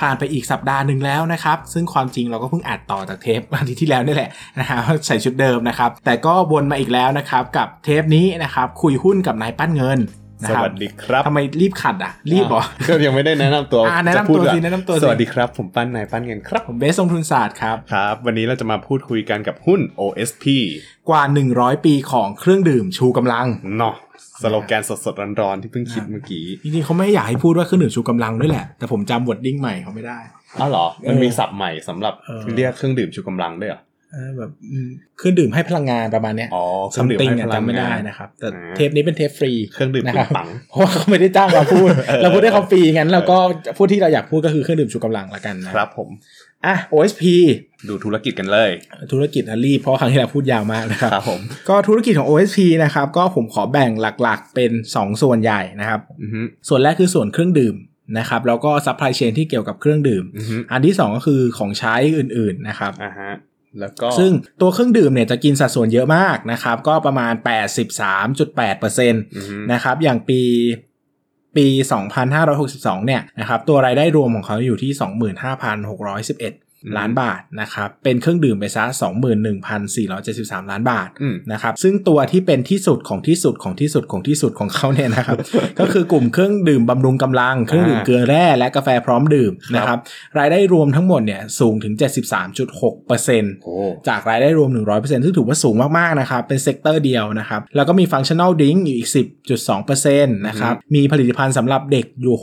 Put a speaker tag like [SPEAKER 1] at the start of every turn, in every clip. [SPEAKER 1] ผ่านไปอีกสัปดาห์หนึ่งแล้วนะครับ ซึ่งความจริงเราก็เพิ่งอัดต่อจากเทป อาทิตย์ที่แล้วนี่แหละนะฮะใส่ชุดเดิมนะครับ แต่ก็วนมาอีกแล้วนะครับกับเทปนี้นะครับคุยหุ้นกับนายปั้นเงินนะ
[SPEAKER 2] ส
[SPEAKER 1] ครับ
[SPEAKER 2] วัสดีครับ
[SPEAKER 1] ทำไมรีบขัดอ่ะ รีบเหรอ
[SPEAKER 2] าวก็ยังไม่ได้แนะนำตัว
[SPEAKER 1] อ่าแนะนำตัว
[SPEAKER 2] จพูดา
[SPEAKER 1] สิแนะนำตัวสิ
[SPEAKER 2] สวัสดีครับ ผมปั้นนายปั้นเงินครับ
[SPEAKER 1] ผมเบสลงทุนศาสตร์ครับ
[SPEAKER 2] ครับ วันนี้เราจะมาพูดคุยกันกับหุ้น OSP
[SPEAKER 1] กว่า 100 ปีของเครื่องดื่มชูกำลัง
[SPEAKER 2] เนาะสโลแกนสดๆร้อนๆที่เพิ่งคิดเมื่อกี้
[SPEAKER 1] จริงๆเขาไม่อยากให้พูดว่าเครื่องดื่มชูกำลังด้วยแหละ แต่ผมจำวอดดิ้งใหม่เขาไม่ได้
[SPEAKER 2] อ้าวเหรอ มันมีศัพท์ใหม่สำหรับ
[SPEAKER 1] เออ
[SPEAKER 2] เรียกเครื่องดื่มชูกำลังด้วยเหรอ
[SPEAKER 1] เออแบบอืมเครื่องดื่มให้พลังงานประมาณเนี้ย
[SPEAKER 2] อ๋อเค
[SPEAKER 1] ซั
[SPEAKER 2] รื่อ
[SPEAKER 1] ม
[SPEAKER 2] งดื่ม
[SPEAKER 1] ติง
[SPEAKER 2] ให้พ
[SPEAKER 1] อะ
[SPEAKER 2] ลัง
[SPEAKER 1] จำไม่
[SPEAKER 2] งา
[SPEAKER 1] ได้
[SPEAKER 2] น
[SPEAKER 1] นะครับ แต่
[SPEAKER 2] อ่า
[SPEAKER 1] เทปนี้เป็นเทปฟรี
[SPEAKER 2] เครื่องดื่ม
[SPEAKER 1] นะ
[SPEAKER 2] ป
[SPEAKER 1] ครับ
[SPEAKER 2] ปัง
[SPEAKER 1] เพราะว่าเขาไม่ได้จ้างเราพูด
[SPEAKER 2] เออ
[SPEAKER 1] เราพูดได้เขาฟรีงั้นเราก็พูดที่เราอยากพูดก็คือเครื่องดื่มชูกำลังละกันนะครับ
[SPEAKER 2] ผม
[SPEAKER 1] อ่ะ OSP
[SPEAKER 2] ดูธุรกิจกันเลย
[SPEAKER 1] ธุรกิจอะรีบเพราะครั้งที่แล้วพูดยาวมากนะครับ
[SPEAKER 2] ครับผม
[SPEAKER 1] ก็ธุรกิจของ OSP นะครับก็ผมขอแบ่งหลักๆ เป็นสองส่วนใหญ่นะครับ
[SPEAKER 2] อือฮึ
[SPEAKER 1] ส่วนแรกคือส่วนเครื่องดื่มนะครับแล้วก็ซัพพลายเชนที่เกี่ยวกับเครื่องดื่ม
[SPEAKER 2] อือฮึ
[SPEAKER 1] อันที่สองก็คือของใช้อื่นๆนะครับ
[SPEAKER 2] อ่าฮะแล้วก็
[SPEAKER 1] ซึ่งตัวเครื่องดื่มเนี่ยจะกินสัดส่วนเยอะมากนะครับ ก็ประมาณ 83.8%น
[SPEAKER 2] อือฮึ
[SPEAKER 1] ะครับ อย่างปีปี 2562 เนี่ยนะครับตัวรายได้รวมของเขาอยู่ที่ 25,611 ล้านบาทนะครับ เป็นเครื่องดื่มไปซะ 21,473 ล้านบาท
[SPEAKER 2] อืม
[SPEAKER 1] นะครับซึ่งตัวที่เป็นที่สุดของที่สุดของที่สุดของที่สุดของเขาเนี่ย นะครับ ก็คือกลุ่มเครื่องดื่มบำรุงกำลัง เครื่องดื่มเกลือแร่และกาแฟพร้อมดื่ม
[SPEAKER 2] ครับ
[SPEAKER 1] นะครับรายได้รวมทั้งหมดเนี่ยสูงถึง 73.6%
[SPEAKER 2] โอ้
[SPEAKER 1] จากรายได้รวม 100%ซึ่งถือว่าสูงมากๆนะครับเป็นเซกเตอร์เดียวนะครับแล้วก็มีฟังชั่น a ลดิ้งอยู่อีก 10.2%นะครับมีผลิตภัณฑ์สำหรับเด็กอยู่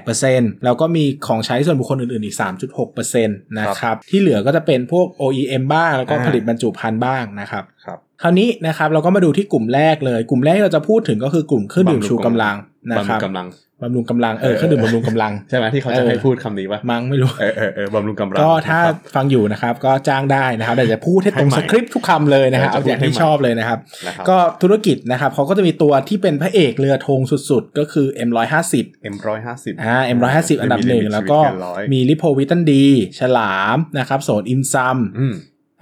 [SPEAKER 1] 6.8%แล้วก็มีของใช้ส่วนบุคคลอื่นๆอีก 3.6%นะครับที่เหลือก็จะเป็นพวก OEM บ้างแล้วก็ผลิตบรรจุภัณฑ์บ้างนะครับ
[SPEAKER 2] ครับ
[SPEAKER 1] คราวนี้นะครับเราก็มาดูที่กลุ่มแรกเลย กลุ่มแรกที่เราจะพูดถึงก็คือกลุ่มเครื่องดื่ม
[SPEAKER 2] บำรุง
[SPEAKER 1] ชูกำลังนะ
[SPEAKER 2] บำ
[SPEAKER 1] ค
[SPEAKER 2] รุ
[SPEAKER 1] รับ
[SPEAKER 2] งกำลัง
[SPEAKER 1] บำรุงกำลังเออ
[SPEAKER 2] เออ
[SPEAKER 1] เครื่องดื่มบำรุงกำลัง
[SPEAKER 2] ใช่ไหมที่เขาจะ
[SPEAKER 1] เออ
[SPEAKER 2] ให้พูดคำนี้ปะ
[SPEAKER 1] มั้งไม่รู้
[SPEAKER 2] เออเออเออบำรุงกำลัง
[SPEAKER 1] ก็ถ้า
[SPEAKER 2] ครับ
[SPEAKER 1] ฟังอยู่นะครับก็จ้างได้นะครับแต่จะพูดให้ตรง
[SPEAKER 2] ให้ใหม่
[SPEAKER 1] สคริปต์ทุกคำเลยนะฮะ
[SPEAKER 2] เออจะ
[SPEAKER 1] เอาอย่าง
[SPEAKER 2] พูดให้
[SPEAKER 1] ที่
[SPEAKER 2] ใหม่
[SPEAKER 1] ชอบเลยนะครับ
[SPEAKER 2] นะครับ
[SPEAKER 1] ก็ธุรกิจนะครับเขาก็จะมีตัวที่เป็นพระเอกเรือธงสุดๆ ก็คือ M150
[SPEAKER 2] M ร้อยห้าสิบ
[SPEAKER 1] อ่า M150 อันดับหนึ่งแล้วก็
[SPEAKER 2] มี
[SPEAKER 1] มีลิโพวิตันดีฉลามนะครับโสนอินซัม
[SPEAKER 2] อืม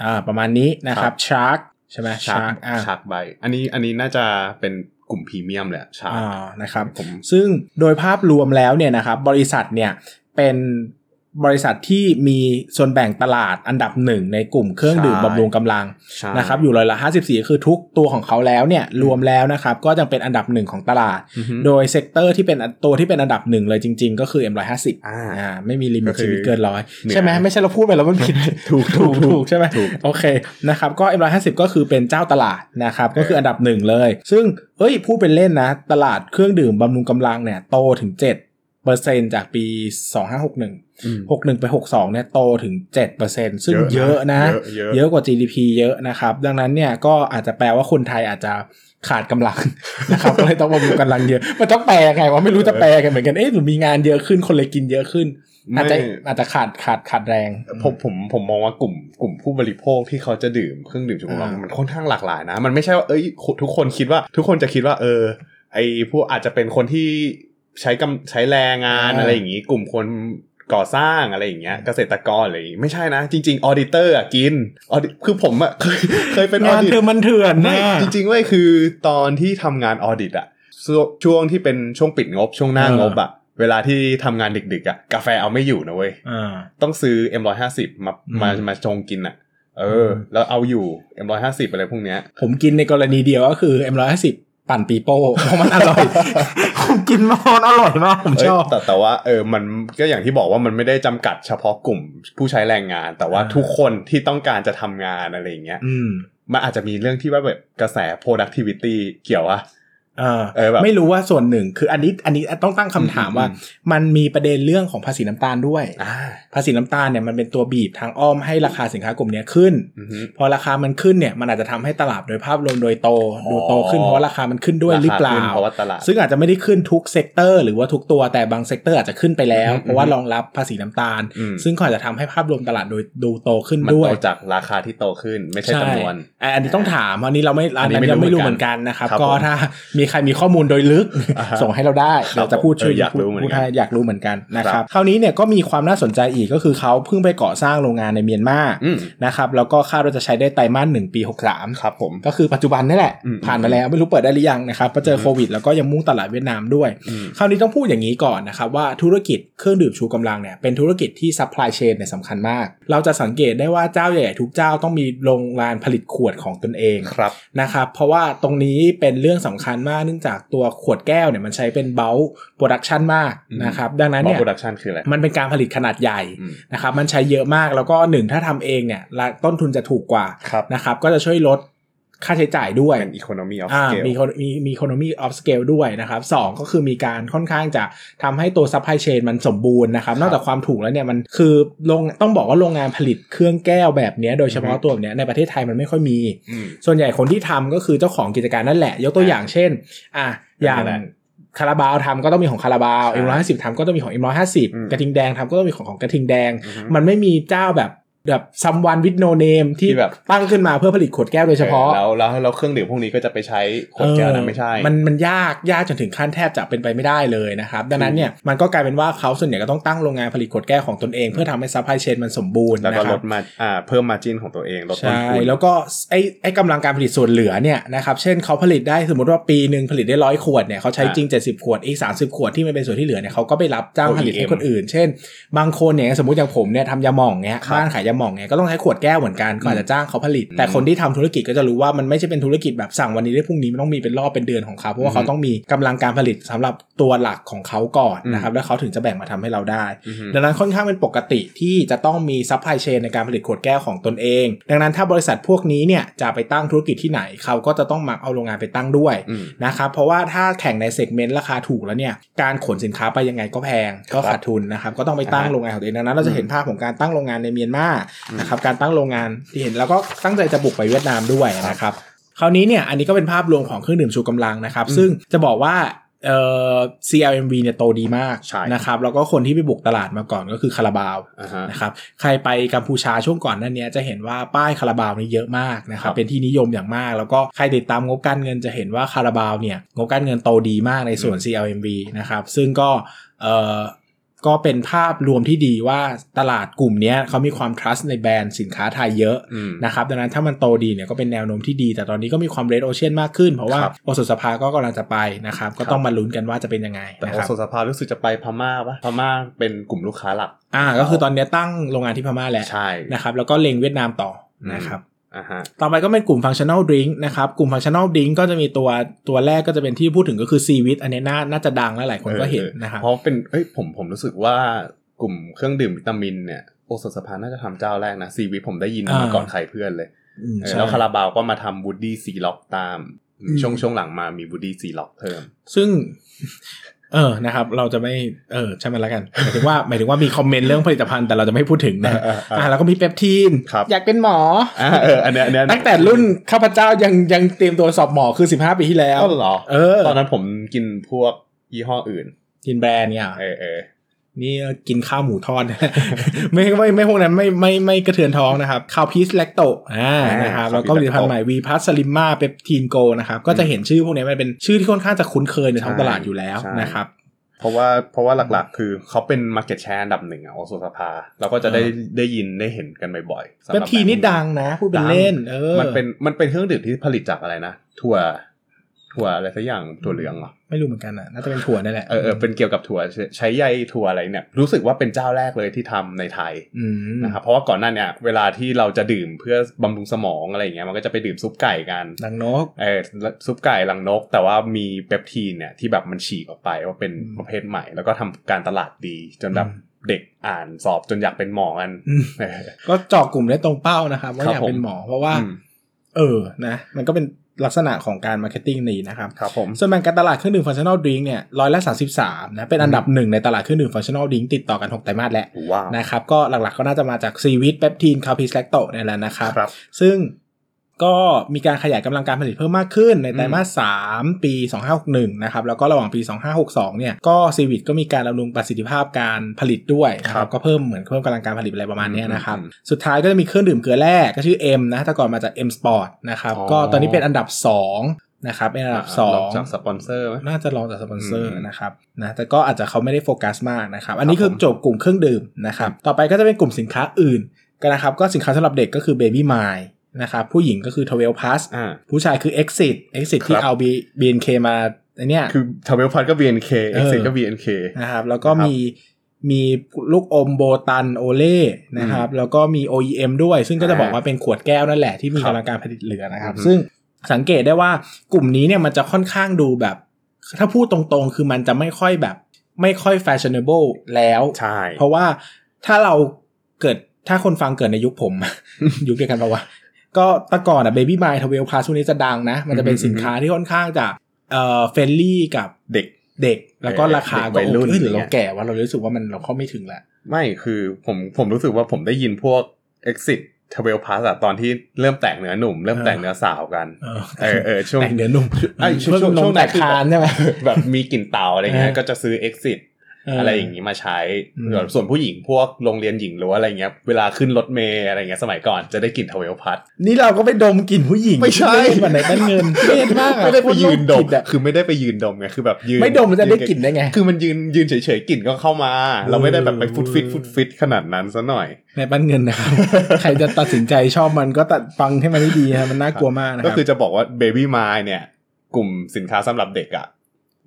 [SPEAKER 1] อ่าประมาณนี้นะค
[SPEAKER 2] ครั
[SPEAKER 1] รับบ ชาร์กใช่ไหม
[SPEAKER 2] ชา
[SPEAKER 1] ชาร์
[SPEAKER 2] ร์
[SPEAKER 1] ก
[SPEAKER 2] ก
[SPEAKER 1] อ่า
[SPEAKER 2] ชาร์กใบอันนี้อันนี้น่าจะเป็นกลุ่มพรีเมียมแหละชาร์
[SPEAKER 1] อ่าก นะครับ
[SPEAKER 2] ผม
[SPEAKER 1] ซึ่งโดยภาพรวมแล้วเนี่ยนะครับบริษัทเนี่ยเป็นบริษัทที่มีส่วนแบ่งตลาดอันดับหนึ่งในกลุ่มเครื่องดื่ม
[SPEAKER 2] ใช่
[SPEAKER 1] บำรุงกำลัง
[SPEAKER 2] ใช่
[SPEAKER 1] นะครับอยู่ร้อยละ54 คือทุกตัวของเขาแล้วเนี่ย
[SPEAKER 2] อืม
[SPEAKER 1] รวมแล้วนะครับก็ยังเป็นอันดับหนึ่งของตลาด
[SPEAKER 2] อือฮึ
[SPEAKER 1] โดยเซกเตอร์ที่เป็นตัวที่เป็นอันดับหนึ่งเลยจริงๆ ก็คือ M150
[SPEAKER 2] อ่า
[SPEAKER 1] อ่าไม่มีลิมิต
[SPEAKER 2] ก็คือ
[SPEAKER 1] ชีวิตเกินร้อย
[SPEAKER 2] เหนือ
[SPEAKER 1] ใช่ไหมไม่ใช่เราพูดไปแล้วมันผิด
[SPEAKER 2] ถูกถูก
[SPEAKER 1] ถูกใช่ไหม
[SPEAKER 2] ถูก
[SPEAKER 1] โอเคนะครับก็ M150 ก็คือเป็นเจ้าตลาดนะครับก็คืออันดับหนึ่งเลย ซึ่งเอ้ยพูดเป็นเล่นนะ ตลาดเครื่องดื่มบำรุงกำลังเนี่ยโตถึง 7เปอร์เซ็นจากปี 2561
[SPEAKER 2] อืม
[SPEAKER 1] 61 ไป 62เนี่ยโตถึง 7%ซึ่งเยอะนะ
[SPEAKER 2] เยอะ
[SPEAKER 1] เย
[SPEAKER 2] เยอะ
[SPEAKER 1] อะกว่า GDP เยอะนะครับ ดังนั้นเนี่ยก็อาจจะแปลว่าคนไทยอาจจะขาดกำลัง นะครับ ก็เลยต้องบำรุงกำลังเยอะมันต้องแปลยังไงวะไม่รู้จะแปลกันเหมือนกันเอ๊ะหรือมีงานเยอะขึ้นคนเลยกินเยอะขึ้น อาจจะ
[SPEAKER 2] ไม่
[SPEAKER 1] อาจจะขาดขาดขาดแรง
[SPEAKER 2] ผมผมผมมองว่ากลุ่มกลุ่มผู้บริโภคที่เขาจะดื่มเครื่องดื่มชูกำลัง
[SPEAKER 1] อ่ามั
[SPEAKER 2] มันค่อนข้างหลากหลายนะ มันไม่ใช่ว่าเอ้ยทุกคนคิดว่า ทุกคนจะคิดว่า เออ ไอพวกอาจจะเป็นคนที่ใช้กำใช้แรงงาน
[SPEAKER 1] อ่า
[SPEAKER 2] อะไรอย่างงี้ กลุ่มคนก่อสร้างอะไรอย่างเงี้ยเกษตรกรอะไรอย่างงี้ไม่ใช่นะ จริง ๆ ออดิเตอร์อะกิน audit คือผมอะ เคยเคยเป็นออง
[SPEAKER 1] าน
[SPEAKER 2] ดิต
[SPEAKER 1] เถื่อนมันเถื่อน
[SPEAKER 2] ไม่
[SPEAKER 1] นะ
[SPEAKER 2] จริงๆเว้ยคือตอนที่ทำงานออดิตอะช่วงช่วงที่เป็นช่วงปิดงบช่วงหน้า
[SPEAKER 1] เออ
[SPEAKER 2] งบอะเวลาที่ทำงานดึกๆอะกาแฟเอาไม่อยู่นะเว้ย
[SPEAKER 1] อ่า
[SPEAKER 2] ต้องซื้อ M150 มา
[SPEAKER 1] อืม
[SPEAKER 2] มามาชงกินอะเออ
[SPEAKER 1] ม
[SPEAKER 2] แล้วเอาอยู่ M150 อะไรพวกเนี้ย
[SPEAKER 1] ผมกินในกรณีเดียวก็คือ M150 ปั่นปีโป้เพราะมันอร่อย ผมกินมันอร่อยมาก ผม
[SPEAKER 2] เอ้ย
[SPEAKER 1] ชอบ
[SPEAKER 2] แต่แต่ว่าเออมันก็อย่างที่บอกว่ามันไม่ได้จำกัดเฉพาะกลุ่มผู้ใช้แรงงาน แต่ว่า
[SPEAKER 1] อ่า
[SPEAKER 2] ทุกคนที่ต้องการจะทำงานอะไรอย่างเงี้ย
[SPEAKER 1] อืม
[SPEAKER 2] มันอาจจะมีเรื่องที่ว่าแบบกระแส productivity เกี่ยวอะ
[SPEAKER 1] เออ
[SPEAKER 2] เออแบบ
[SPEAKER 1] ไม่รู้ว่าส่วนหนึ่ง คืออันนี้อันนี้ต้องตั้งคำถามว่า
[SPEAKER 2] อืม
[SPEAKER 1] มันมีประเด็นเรื่องของภาษีน้ำตาลด้วย
[SPEAKER 2] อ่า
[SPEAKER 1] ภาษีน้ำตาลเนี่ยมันเป็นตัวบีบทางอ้อมให้ราคาสินค้ากลุ่มเนี้ยขึ้น
[SPEAKER 2] อือฮึ
[SPEAKER 1] พอราคามันขึ้นเนี่ยมันอาจจะทำให้ตลาดโดยภาพรวมโดยโตดูโตขึ้น
[SPEAKER 2] อ๋อ
[SPEAKER 1] เพราะราคามันขึ้นด้วยหรือเปล่า
[SPEAKER 2] คขึ้นเพราะว่าตลาด
[SPEAKER 1] ซึ่งอาจจะไม่ได้ขึ้นทุกเซกเตอร์หรือว่าทุกตัวแต่บางเซกเตอร์อาจจะขึ้นไปแล้ว
[SPEAKER 2] อืม
[SPEAKER 1] เพราะว่ารองรับภาษีน้ำตาล
[SPEAKER 2] อืม
[SPEAKER 1] ซึ่งก็อาจจะทำให้ภาพรวมตลาดโดยดูโตขึ้น
[SPEAKER 2] มัน
[SPEAKER 1] ด้วย
[SPEAKER 2] โตจากราคาที่โตขึ้นไม่ใช่จำนวน
[SPEAKER 1] ใช่อ่ะอันนี้ต้องถามอันนี้เราไม่อัน
[SPEAKER 2] อันนี้
[SPEAKER 1] นี้
[SPEAKER 2] ไม่
[SPEAKER 1] เราไม่
[SPEAKER 2] รู้
[SPEAKER 1] รู้เห
[SPEAKER 2] เหมื
[SPEAKER 1] มือ
[SPEAKER 2] อน นกั
[SPEAKER 1] กัน
[SPEAKER 2] น
[SPEAKER 1] นะครับ
[SPEAKER 2] ครับ
[SPEAKER 1] ก็
[SPEAKER 2] ผม
[SPEAKER 1] ถ้ามีใครมีข้อมูลโดยลึก
[SPEAKER 2] อ่าฮะ
[SPEAKER 1] ส่งให้เราได้
[SPEAKER 2] ครับ
[SPEAKER 1] เราจะพูดช่วย
[SPEAKER 2] เอออยากรู้เหมือนกัน
[SPEAKER 1] พูดให้อยากรู้เหมือนกันนะค
[SPEAKER 2] ครั
[SPEAKER 1] รับบ คราวนี้เนี่ยก็มีความน่าสนใจอีกก็คือเขาเพิ่งไปก่อสร้างโรงงานในเมียนมา
[SPEAKER 2] อืม
[SPEAKER 1] นะครับแล้วก็คาดว่าจะใช้ได้ไตรมาสหนึ่งปี 63
[SPEAKER 2] ครับผม
[SPEAKER 1] ก็คือปัจจุบันนี่แหละ
[SPEAKER 2] อืม
[SPEAKER 1] ผ่านมาแล้วไม่รู้เปิดได้หรือยังนะครับเพราะเจอโควิดแล้วก็ยังมุ่งตลาดเวียดนามด้วย
[SPEAKER 2] อืม
[SPEAKER 1] คราวนี้ต้องพูดอย่างนี้ก่อนนะครับว่าธุรกิจเครื่องดื่มชูกำลังเนี่ยเป็นธุรกิจที่ซัพพลายเชนเนี่ยสำคัญมาก เราจะสังเกตได้ว่าเจ้าใหญ่ๆทุกเจ้าต้องมีโรงงานผลิตขวดของตนเอง
[SPEAKER 2] ครับ
[SPEAKER 1] นะครับเพราะว่าตรงนี้เป็นเรื่องสำคัญมากเนื่องจากตัวขวดแก้วเนี่ยมันใช้เป็นเบลโปรดักชันมากนะครับดังนั้น
[SPEAKER 2] มอ
[SPEAKER 1] เนี่ย
[SPEAKER 2] โปรดักชันคืออะไร
[SPEAKER 1] มันเป็นการผลิตขนาดใหญ่
[SPEAKER 2] อืม
[SPEAKER 1] นะครับมันใช้เยอะมากแล้วก็หนึ่งถ้าทำเองเนี่ยละต้นทุนจะถูกกว่า
[SPEAKER 2] ครับ
[SPEAKER 1] นะครับก็จะช่วยลดค่าใช้จ่ายด้วย
[SPEAKER 2] เป็น economy of
[SPEAKER 1] อ่า
[SPEAKER 2] scale
[SPEAKER 1] มีคนมีมี economy of scale ด้วยนะครับสองก็คือมีการค่อนข้างจะทำให้ตัว supply chain มันสมบูรณ์นะครับ
[SPEAKER 2] ครับ
[SPEAKER 1] นอกจากความถูกแล้วเนี่ยมันคือโรงต้องบอกว่าโรงงานผลิตเครื่องแก้วแบบเนี้ยโดยเฉพาะ
[SPEAKER 2] อือฮึ
[SPEAKER 1] ตัวแบบเนี้ยในประเทศไทยมันไม่ค่อยมี
[SPEAKER 2] อืม
[SPEAKER 1] ส่วนใหญ่คนที่ทำก็คือเจ้าของกิจการนั่นแหละ ยกตัวอย่างเช่นอ่ะอย่าง
[SPEAKER 2] นั่นแหละ
[SPEAKER 1] คาราบาวทำก็ต้องมีของคาราบาว
[SPEAKER 2] ใช่
[SPEAKER 1] เอ็มร้อยห้าสิบทำก็ต้องมีของเอ็มร้อยห้าสิบ
[SPEAKER 2] อืม
[SPEAKER 1] กระทิงแดงทำก็ต้องมีของของกระทิงแดง
[SPEAKER 2] อือฮึ
[SPEAKER 1] มันไม่มีเจ้าแบบแบบซัมวันวิดโนเนมที่
[SPEAKER 2] ที่แบบ
[SPEAKER 1] ตั้งขึ้นมาเพื่อผลิตขวดแก้วโดยเฉพาะ
[SPEAKER 2] ออแล้วแล้วแล้วเครื่องดื่มพวกนี้ก็จะไปใช้ขวดแก้วนั้นไม่ใช่
[SPEAKER 1] เออมันมันยากยากจนถึงขั้นแทบจะเป็นไปไม่ได้เลยนะครับ ดังนั้นเนี่ยมันก็กลายเป็นว่าเขาส่วนใหญ่ก็ต้องตั้งโรงงานผลิตขวดแก้วของตนเองเพื่อทำให้ซัพพลายเชนมันสมบูรณ์
[SPEAKER 2] แล้วก็
[SPEAKER 1] นะค
[SPEAKER 2] ล
[SPEAKER 1] รับ
[SPEAKER 2] ดมาอ่าเพิ่มมาจินของตัวเองลดต้น
[SPEAKER 1] ใช่
[SPEAKER 2] ทุน
[SPEAKER 1] แล้วก็ไอ้ไอ้กำลังการผลิตส่วนเหลือเนี่ยนะครับเช่นเขาผลิตได้สมมติว่าปีหนึ่งผลิตได้ร้อยขวดเนี่ยเขาใช้
[SPEAKER 2] อ่า
[SPEAKER 1] จริง 70 ขวดอีก 30 ขวดที่มันเป็นส่วนที่เหลือเนี่ยเขาก็ไปรับจ้าง
[SPEAKER 2] OEM
[SPEAKER 1] ผลิตให้คนอื่น เช่น บางคนเนี่ยสมมติอย่างผมเนี่ยทำยาหม่องเงี้ย
[SPEAKER 2] ครับ
[SPEAKER 1] บ้านขายยาหม่องเนี่ยก็ต้องใช้ขวดแก้วเหมือนกันก็อาจจะจ้างเขาผลิต แต่
[SPEAKER 2] อืม
[SPEAKER 1] คนที่ทำธุรกิจก็จะรู้ว่ามันไม่ใช่เป็นธุรกิจแบบสั่งวันนี้ได้พรุ่งนี้มันต้องมีเป็นรอบเป็นเดือนของเขาเพราะว่า
[SPEAKER 2] อืม
[SPEAKER 1] เขาต้องมีกำลังการผลิตสำหรับตัวหลักของเขาก่อนนะครับ
[SPEAKER 2] อืม
[SPEAKER 1] แล้วเขาถึงจะแบ่งมาทำให้เราได้
[SPEAKER 2] อือฮึ
[SPEAKER 1] ดังนั้นค่อนข้างเป็นปกติที่จะต้องมีซัพพลายเชนในการผลิตขวดแก้วของตนเอง ดังนั้นถ้าบริษัทพวกนี้เนี่ยจะไปตั้งธุรกิจที่ไหน เขาก็จะต้องมักเอาโรงงานไปตั้งด้วย
[SPEAKER 2] อืม
[SPEAKER 1] นะครับเพราะว่าถ้าแข่งในเซกเมนต์ราคาถูกแล้วเนี่ยการขนสินค้าไปยังไงก็แพงก็ขาดทุนนะครับก็ต้องไปตั้ง
[SPEAKER 2] อ่าฮะ
[SPEAKER 1] โรงงานของตัวเองดังนั้นเราจะเห็นภาพของการตั้งโรงงานในเมียนมา
[SPEAKER 2] อืม
[SPEAKER 1] นะครับการตั้งโรงงานที่เห็นแล้วก็ตั้งใจจะบุกไปเวียดนามด้วยนะครับคราวนี้เนี่ยอันนี้ก็เป็นภาพรวมของเครื่องดื่มชูกำลังนะครับซึ่งจะบอกว่าเอ่อ CLMV เนี่ยโตดีมาก
[SPEAKER 2] ใช่
[SPEAKER 1] นะครับแล้วก็คนที่ไปบุกตลาดมาก่อนก็คือคาราบาว
[SPEAKER 2] อ่าฮะ
[SPEAKER 1] นะครับใครไปกัมพูชาช่วงก่อนหนั้นเนี้ยจะเห็นว่าป้ายคาราบาวนี่เยอะมากนะครั
[SPEAKER 2] ครับ บ
[SPEAKER 1] เป็นที่นิยมอย่างมาก แล้วก็ใครติดตามงบการเงินจะเห็นว่าคาราบาวเนี่ยงบการเงินโตดีมากในส่วน CLMV นะครับซึ่งก็เอ่อก็เป็นภาพรวมที่ดีว่าตลาดกลุ่มเนี้ยเขามีความ trust ในแบรนด์สินค้าไทยเยอะ
[SPEAKER 2] อืม
[SPEAKER 1] นะครับดังนั้นถ้ามันโตดีเนี่ยก็เป็นแนวโน้มที่ดี แต่ตอนนี้ก็มีความ red ocean มากขึ้น เพราะว่า
[SPEAKER 2] ครับ
[SPEAKER 1] โอสถสภาก็กำลังจะไปนะครับก็
[SPEAKER 2] ครับ
[SPEAKER 1] ต้องมาลุ้นกันว่าจะเป็นยังไง
[SPEAKER 2] แต่
[SPEAKER 1] นะ
[SPEAKER 2] โอ
[SPEAKER 1] ครับ
[SPEAKER 2] โซสภารู้สึกจะไปพม่าปะพม่าเป็นกลุ่มลูกค้าหลัก
[SPEAKER 1] อ่าก็คือตอนเนี้ยตั้งโรงงานที่พม่าแหละ
[SPEAKER 2] ใช่
[SPEAKER 1] นะครับแล้วก็เล็งเวียดนามต่อนะครับ
[SPEAKER 2] อ่าฮะ
[SPEAKER 1] ต่อไปก็เป็นกลุ่ม functional drink นะครับกลุ่ม functional drink ก็จะมีตัวตัวแรกก็จะเป็นที่พูดถึงก็คือ c w i t อันเนี้ยน่าน่าจะดังและหลายคนก็เห็นนะครับ
[SPEAKER 2] เพราะเป็นเอ้ยผมผมรู้สึกว่ากลุ่มเครื่องดื่มวิตามินเนี่ยโอโซสภาน่าจะทำเจ้าแรกนะซีวิผมได้ยินมาก่อนใครเพื่อนเลย
[SPEAKER 1] อืม
[SPEAKER 2] เออ
[SPEAKER 1] ใช่
[SPEAKER 2] แล้วคาราบาวก็มาทำบูดดี้ซีล็อกตาม
[SPEAKER 1] อืม
[SPEAKER 2] ช่วงช่วงหลังมามีบูดดี้ซีล็อกเพิ่ม
[SPEAKER 1] ซึ่ง เออนะครับ เราจะไม่เออใช่มันละกันหมายถึงว่าหมายถึงว่ามีคอมเมนต์เรื่องผลิตภัณฑ์แต่เราจะไม่พูดถึงนะ
[SPEAKER 2] เออเออเอออ่
[SPEAKER 1] ่าแล้วก็มีเปปทีน
[SPEAKER 2] ครับ
[SPEAKER 1] อยากเป็นหมอ
[SPEAKER 2] อ่าเอออันเนี้ยอันเนี้ย
[SPEAKER 1] ตั้งแต่รุ่นข้าพเจ้ายังยังเตรียมตัวสอบหมอคือ 15 ปีที่แล้ว
[SPEAKER 2] ก็หรอ
[SPEAKER 1] เออ
[SPEAKER 2] ตอนนั้นผมกินพวกยี่ห้ออื่น
[SPEAKER 1] กินแบรนด์เนี่ย
[SPEAKER 2] เออเออ
[SPEAKER 1] นี่กินข้าวหมูทอด ไม่ไม่ไม่พวกนั้นไม่ไม่ไม่กระเทือนท้องนะครับข้าวพีชแลคโตอ่า
[SPEAKER 2] อ่าน
[SPEAKER 1] นะครับ
[SPEAKER 2] ข้าว
[SPEAKER 1] แล้วก็ผลิตภัณฑ์ใหม่วีพัสลิมมาเปปทีนโกนะครับก็จะเห็นชื่อพวกนี้มันเป็นชื่อที่ค่อนข้างจะคุ้นเคยในท้องตลาดอยู่แล้ว
[SPEAKER 2] ใช่
[SPEAKER 1] นะครับ
[SPEAKER 2] เพราะว่าเพราะว่าหลักๆ คือเขาเป็น market share อันดับหนึ่งอะโอโซสภาเราก็จะได้
[SPEAKER 1] อ่า
[SPEAKER 2] ได้ยินได้เห็นกันบ่อยๆสำห
[SPEAKER 1] เป
[SPEAKER 2] รับ
[SPEAKER 1] ปทีนนี่
[SPEAKER 2] แบบ
[SPEAKER 1] ดังนะพูดเป็น
[SPEAKER 2] ดัง
[SPEAKER 1] เล่นเออ
[SPEAKER 2] มันเป็นมันเป็นเครื่องดื่มที่ผลิตจากอะไรนะถั่วถั่วอะไรสักอย่างถั่วเหลืองเหรอ
[SPEAKER 1] ไม่รู้เหมือนกันอ่ะน่าจะเป็นถั่วนั่นแหละ
[SPEAKER 2] เออเออเป็นเกี่ยวกับถั่วใช้ใช้ใยถั่วอะไรเนี่ย รู้สึกว่าเป็นเจ้าแรกเลยที่ทำในไทย
[SPEAKER 1] อืม
[SPEAKER 2] นะครับเพราะว่าก่อนหน้าเนี่ยเวลาที่เราจะดื่มเพื่อบำรุงสมองอะไรอย่างเงี้ยมันก็จะไปดื่มซุปไก่กัน
[SPEAKER 1] ดังนก
[SPEAKER 2] เออซุปไก่หลังนก แต่ว่ามีเปปทีนเนี่ยที่แบบมันฉีกออกไปว่าเป็น
[SPEAKER 1] อืม
[SPEAKER 2] ประเภทใหม่ แล้วก็ทำการตลาดดี จนแบบ
[SPEAKER 1] อืม
[SPEAKER 2] เด็กอ่านสอบจนอยากเป็นหมอกัน
[SPEAKER 1] อืม
[SPEAKER 2] เออ
[SPEAKER 1] ก็เจาะกลุ่มได้ตรงเป้านะครับว่า
[SPEAKER 2] ครั
[SPEAKER 1] อบ ยากเป็น
[SPEAKER 2] ผม
[SPEAKER 1] หมอเพราะว่า
[SPEAKER 2] อืม
[SPEAKER 1] เออนะมันก็เป็น ลักษณะของการมาร์เก็ตติ้งนี้นะครับ
[SPEAKER 2] ครับผม
[SPEAKER 1] ส่วนแบ่งการตลาดเครื่องดื่มฟังชั่นอลดริงเนี่ยร้อยละสาสิบสามนะเป็นอันดับหนึ่งในตลาดเครื่องดื่มฟังชั่นอลดริงติดต่อกัน 6 ไตรมาสแล้ว
[SPEAKER 2] ว้าว
[SPEAKER 1] นะครับก็หลักๆก็น่าจะมาจากซีวิตเปปทีนคาพิสแลคโตเนี่ยแหละนะครับ
[SPEAKER 2] ครับ
[SPEAKER 1] ซึ่งก็มีการขยายกำลังการผลิตเพิ่มมากขึ้นในไตรมาส 3 ปี 2561 นะครับ แล้วก็ระหว่างปี 2562 เนี่ย ก็ซีวิตก็มีการดำรงประสิทธิภาพการผลิตด้วยนะครับ ก็เพิ่มเหมือนเพิ่มกำลังการผลิตอะไรประมาณเนี้ยนะครับ
[SPEAKER 2] อืม
[SPEAKER 1] สุดท้ายก็จะมีเครื่องดื่มเกลือแร่ก็ชื่อ M นะแต่ก่อนมาจาก M Sport นะครับ
[SPEAKER 2] อ๋อ
[SPEAKER 1] ก็ตอนนี้เป็นอันดับ 2 นะครับ เป็นอันดับ
[SPEAKER 2] ล
[SPEAKER 1] 2
[SPEAKER 2] จากสปอนเซอร์ไหม
[SPEAKER 1] น่าจะลองจากสปอนเซอร์
[SPEAKER 2] อืม
[SPEAKER 1] นะครับนะแต่ก็อาจจะเขาไม่ได้โฟกัสมากนะครับ อันนี้
[SPEAKER 2] ค
[SPEAKER 1] คือ
[SPEAKER 2] รั
[SPEAKER 1] บ
[SPEAKER 2] ผม
[SPEAKER 1] จบกลุ่มเครื่องดื่มนะครับต่อไปก็จะเป็นกลุ่มสินค้าอื่นกันนะครับ ก็สินค้าสำหรับเด็กก็คือ Baby m i นะครับผู้หญิงก็คือ t w e l Plus
[SPEAKER 2] อ่า
[SPEAKER 1] ผู้ชายคือ Exit Exit
[SPEAKER 2] ค
[SPEAKER 1] ที่
[SPEAKER 2] รับ
[SPEAKER 1] เอา B- BNK มาไอ้เนี่ย
[SPEAKER 2] คือทาวเวลพัทก็ BNK
[SPEAKER 1] เออ
[SPEAKER 2] Exit ก็ BNK
[SPEAKER 1] นะครับแล้วก็
[SPEAKER 2] ครับ
[SPEAKER 1] มีมีลูกอมโบตันโอเล่นะครับ แล้วก็มี OEM ด้วย ซึ่งก็จะบอกว่าเป็นขวดแก้วนั่นแหละที่มี
[SPEAKER 2] ครับ
[SPEAKER 1] กำลังการผลิตเหลือนะครับ
[SPEAKER 2] อือฮึ
[SPEAKER 1] ซึ่งสังเกตได้ว่ากลุ่มนี้เนี่ยมันจะค่อนข้างดูแบบ ถ้าพูดตรงๆ คือมันจะไม่ค่อยแบบ ไม่ค่อย fashionable แล้ว
[SPEAKER 2] ใช่
[SPEAKER 1] เพราะว่าถ้าเราเกิดถ้าคนฟังเกิดในยุคผม ยุคเดียวกันปะวะก็แตะก่อนอะ baby m y t w e l plus พวกนี้จะดังนะ มันจะเป็นสินค้าที่ค่อนข้างจะเอ่อเฟรนลี่กับ
[SPEAKER 2] เด็ก
[SPEAKER 1] เด็กแล้วก็
[SPEAKER 2] เออ
[SPEAKER 1] ราคา
[SPEAKER 2] เด็ก
[SPEAKER 1] ก็
[SPEAKER 2] วัยรุ่
[SPEAKER 1] โอนเคหรือ
[SPEAKER 2] อ
[SPEAKER 1] เรา
[SPEAKER 2] ย่างเงี้ย
[SPEAKER 1] แก่ว่าเรารู้สึกว่ามันเราเข้าไม่ถึงแหละ
[SPEAKER 2] ไม่คือผมผมรู้สึกว่าผมได้ยินพวก Exit ทาวเวลพัทอะตอนที่เริ่มแตกเนื้อหนุ่ม เริ่ม
[SPEAKER 1] เออ
[SPEAKER 2] แตกเนื้อสาวกัน
[SPEAKER 1] เออ
[SPEAKER 2] เออเออช่วง
[SPEAKER 1] แต่งเดือนนุ่ม
[SPEAKER 2] ไอ้ช่วง
[SPEAKER 1] เพิ่
[SPEAKER 2] ช่วง
[SPEAKER 1] ลแต่คานใช่ไหม
[SPEAKER 2] แบบมีกลิ่นเต่าอะไรเงี้ย
[SPEAKER 1] เออ
[SPEAKER 2] ก็จะซื้อ Exit อะไรอย่าง
[SPEAKER 1] นี้
[SPEAKER 2] นี้มาใช้
[SPEAKER 1] อืม
[SPEAKER 2] ส่วนผู้หญิงพวกโรงเรียนหญิงล้วนอะไรเงี้ย เวลาขึ้นรถเมย์อะไรเงี้ยสมัยก่อนจะได้กลิ่นทาวเวลพัท
[SPEAKER 1] นี่เราก็ไปดมกลิ่นผู้หญิง
[SPEAKER 2] ไม่ใช่
[SPEAKER 1] ที่เดินวันไหนเป็นเงินเม็ดมากอะ
[SPEAKER 2] ไม่ได้ไปยืน
[SPEAKER 1] โคตร
[SPEAKER 2] ดม
[SPEAKER 1] โรคจิตอะ
[SPEAKER 2] คือไม่ได้ไปยืนดมไงคือแบบยืน
[SPEAKER 1] ไม่ดมมันจะได้กลิ่นได้ไง
[SPEAKER 2] คือมันยืนยืนเฉยๆกลิ่นก็เข้ามา เราไม่ได้แบบไปฟุตฟิตฟุตฟิตขนาดนั้นซะหน่อย
[SPEAKER 1] ในบ้านเงิน นะครับ ใครจะตัดสินใจชอบมันก็ตัดฟังให้มันให้ดีนะมันน่ากลัวมากนะค
[SPEAKER 2] ก็
[SPEAKER 1] รับ
[SPEAKER 2] คือจะบอกว่า Baby m i เนี่ย กลุ่มสินค้าสำหรับเด็กอะ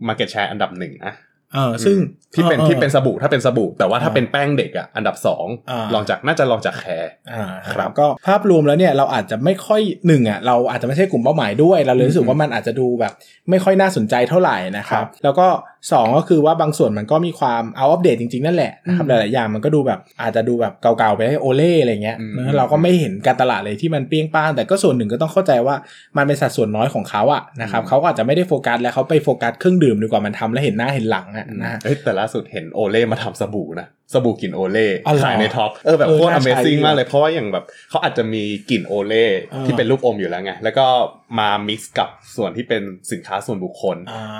[SPEAKER 2] Market Share อันดับหนึ่งนะ
[SPEAKER 1] เออซึ่ง
[SPEAKER 2] ที่เป็น
[SPEAKER 1] ออ
[SPEAKER 2] ที่เป็นสบู่ถ้าเป็นสบู่ แต่ว่าถ้า
[SPEAKER 1] อ่า
[SPEAKER 2] เป็นแป้งเด็กอะอันดับสอง
[SPEAKER 1] อ่า
[SPEAKER 2] ลองจากน่าจะลองจากแคร์
[SPEAKER 1] อ่าค
[SPEAKER 2] ครั
[SPEAKER 1] รับบ ก็ภาพรวมแล้วเนี่ยเราอาจจะไม่ค่อยหนึ่งอ่ะเราอาจจะไม่ใช่กลุ่มเป้าหมายด้วย เราเลยรู้สึกว่ามันอาจจะดูแบบ ไม่ค่อยน่าสนใจเท่าไหร่นะครั
[SPEAKER 2] ครับ บ
[SPEAKER 1] แล้วก็สองก็คือว่าบางส่วนมันก็มีความเอาอัปเดตจริงๆ นั่นแหละนะครับ
[SPEAKER 2] อืม
[SPEAKER 1] หลายๆอย่างมันก็ดูแบบอาจจะดูแบบเก่าๆไปให้โอเล่อะไรเงี้ย
[SPEAKER 2] อืม
[SPEAKER 1] เนอะเราก็ไม่เห็นการตลาดเลยที่มันเปรี้ยงป้างแต่ก็ส่วนหนึ่งก็ต้องเข้าใจว่ามันเป็นสัดส่วนน้อยของเขาอะนะครับเขาก็อาจจะไม่ได้โฟกัสแล้วเขาไปโฟกัสเครื่องดื่มดีกว่ามันทำแล้วเห็นหน้าเห็นหลังอะนะ
[SPEAKER 2] เอ้ยแต่ล่าสุดเห็นโอเล่มาทำสบู่นะ สบู่กลิ่นโอเล่
[SPEAKER 1] อ๋อเหรอ
[SPEAKER 2] ขายในท็อปเออแบบ
[SPEAKER 1] เออ
[SPEAKER 2] โคตร
[SPEAKER 1] น่าใช้
[SPEAKER 2] Amazing
[SPEAKER 1] ดี
[SPEAKER 2] มากเลยเพราะว่าอย่างแบบเขาอาจจะมีกลิ่นโอเล่
[SPEAKER 1] อ่า
[SPEAKER 2] ที่เป็นลูกอมอยู่แล้วไง แล้วก็มา mix กับส่วนที่เป็นสินค้าส่วนบุคคล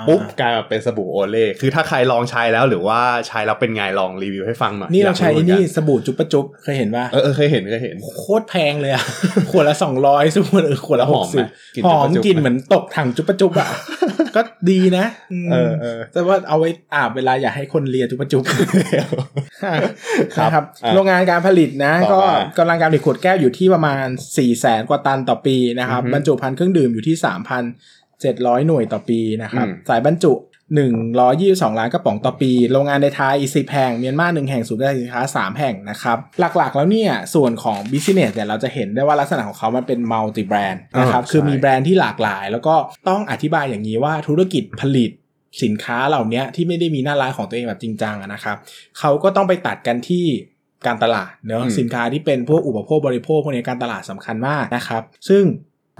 [SPEAKER 2] ปุ๊บกลายมาเป็นสบู่โอเล่คือถ้าใครลองใช้แล้วหรือว่าใช้แล้วเป็นไงลองรีวิวให้ฟังหน่อย
[SPEAKER 1] นี่
[SPEAKER 2] อย
[SPEAKER 1] เรา
[SPEAKER 2] ก
[SPEAKER 1] ใช้
[SPEAKER 2] หมือกั
[SPEAKER 1] นี่สบู่จุ๊บปะจุ๊บเคยเห็นปะ
[SPEAKER 2] เออเออเคยเห็นเคยเห็น
[SPEAKER 1] โคตรแพงเลยอะ ขวดละสองร้อยซึ่งขวดเออขวดละ
[SPEAKER 2] ห
[SPEAKER 1] ห
[SPEAKER 2] อก มไหม
[SPEAKER 1] สิบ
[SPEAKER 2] กลิ่น
[SPEAKER 1] ห
[SPEAKER 2] จุ๊
[SPEAKER 1] อบ ม
[SPEAKER 2] ปะจุ๊
[SPEAKER 1] ก
[SPEAKER 2] บ
[SPEAKER 1] ลิ่น
[SPEAKER 2] ไหม
[SPEAKER 1] เหมือนตกถังจุบปะจุบอะ ก็ดีนะม
[SPEAKER 2] เออเออ
[SPEAKER 1] แต่ว่าเอาไว้อาบเวลาอยากให้คนเลียจุบปะจุบ
[SPEAKER 2] ครับ
[SPEAKER 1] นะครับ
[SPEAKER 2] อ่ะ
[SPEAKER 1] โรงงานการผลิตนะ
[SPEAKER 2] ต่
[SPEAKER 1] ก็
[SPEAKER 2] อมาก
[SPEAKER 1] ำลังการผลิตขวดแก้วอยู่ที่ประมาณ4ี่แสนกว่าตันต่อปีนะครับ
[SPEAKER 2] อือฮึ
[SPEAKER 1] บรรจุภัณฑ์เครื่องดื่มอยู่ที่ 3,700 หน่วยต่อปีนะครับ
[SPEAKER 2] อืม
[SPEAKER 1] สายบรรจุ 122 ล้านกระป๋องต่อปี โรงงานในไทย10แห่งเมียนมา1แห่งศูนย์กระจายสินค้า 3 แห่งนะครับ หลักๆแล้วเนี่ย ส่วนของ business เนี่ยเราจะเห็นได้ว่าลักษณะของเขามันเป็น multi brand นะครับ
[SPEAKER 2] อ่า
[SPEAKER 1] คือมี
[SPEAKER 2] ใช่
[SPEAKER 1] แบรนด์ที่หลากหลาย แล้วก็ต้องอธิบายอย่างนี้ว่าธุรกิจผลิตสินค้าเหล่านี้ที่ไม่ได้มีหน้าร้านของตัวเองแบบจริงจังอะนะครับ เขาก็ต้องไปตัดกันที่การตลาดเนอะ
[SPEAKER 2] อืม
[SPEAKER 1] สินค้าที่เป็นพวกอุปโภคบริโภคพวกนี้การตลาดสำคัญมากนะครับ ซึ่ง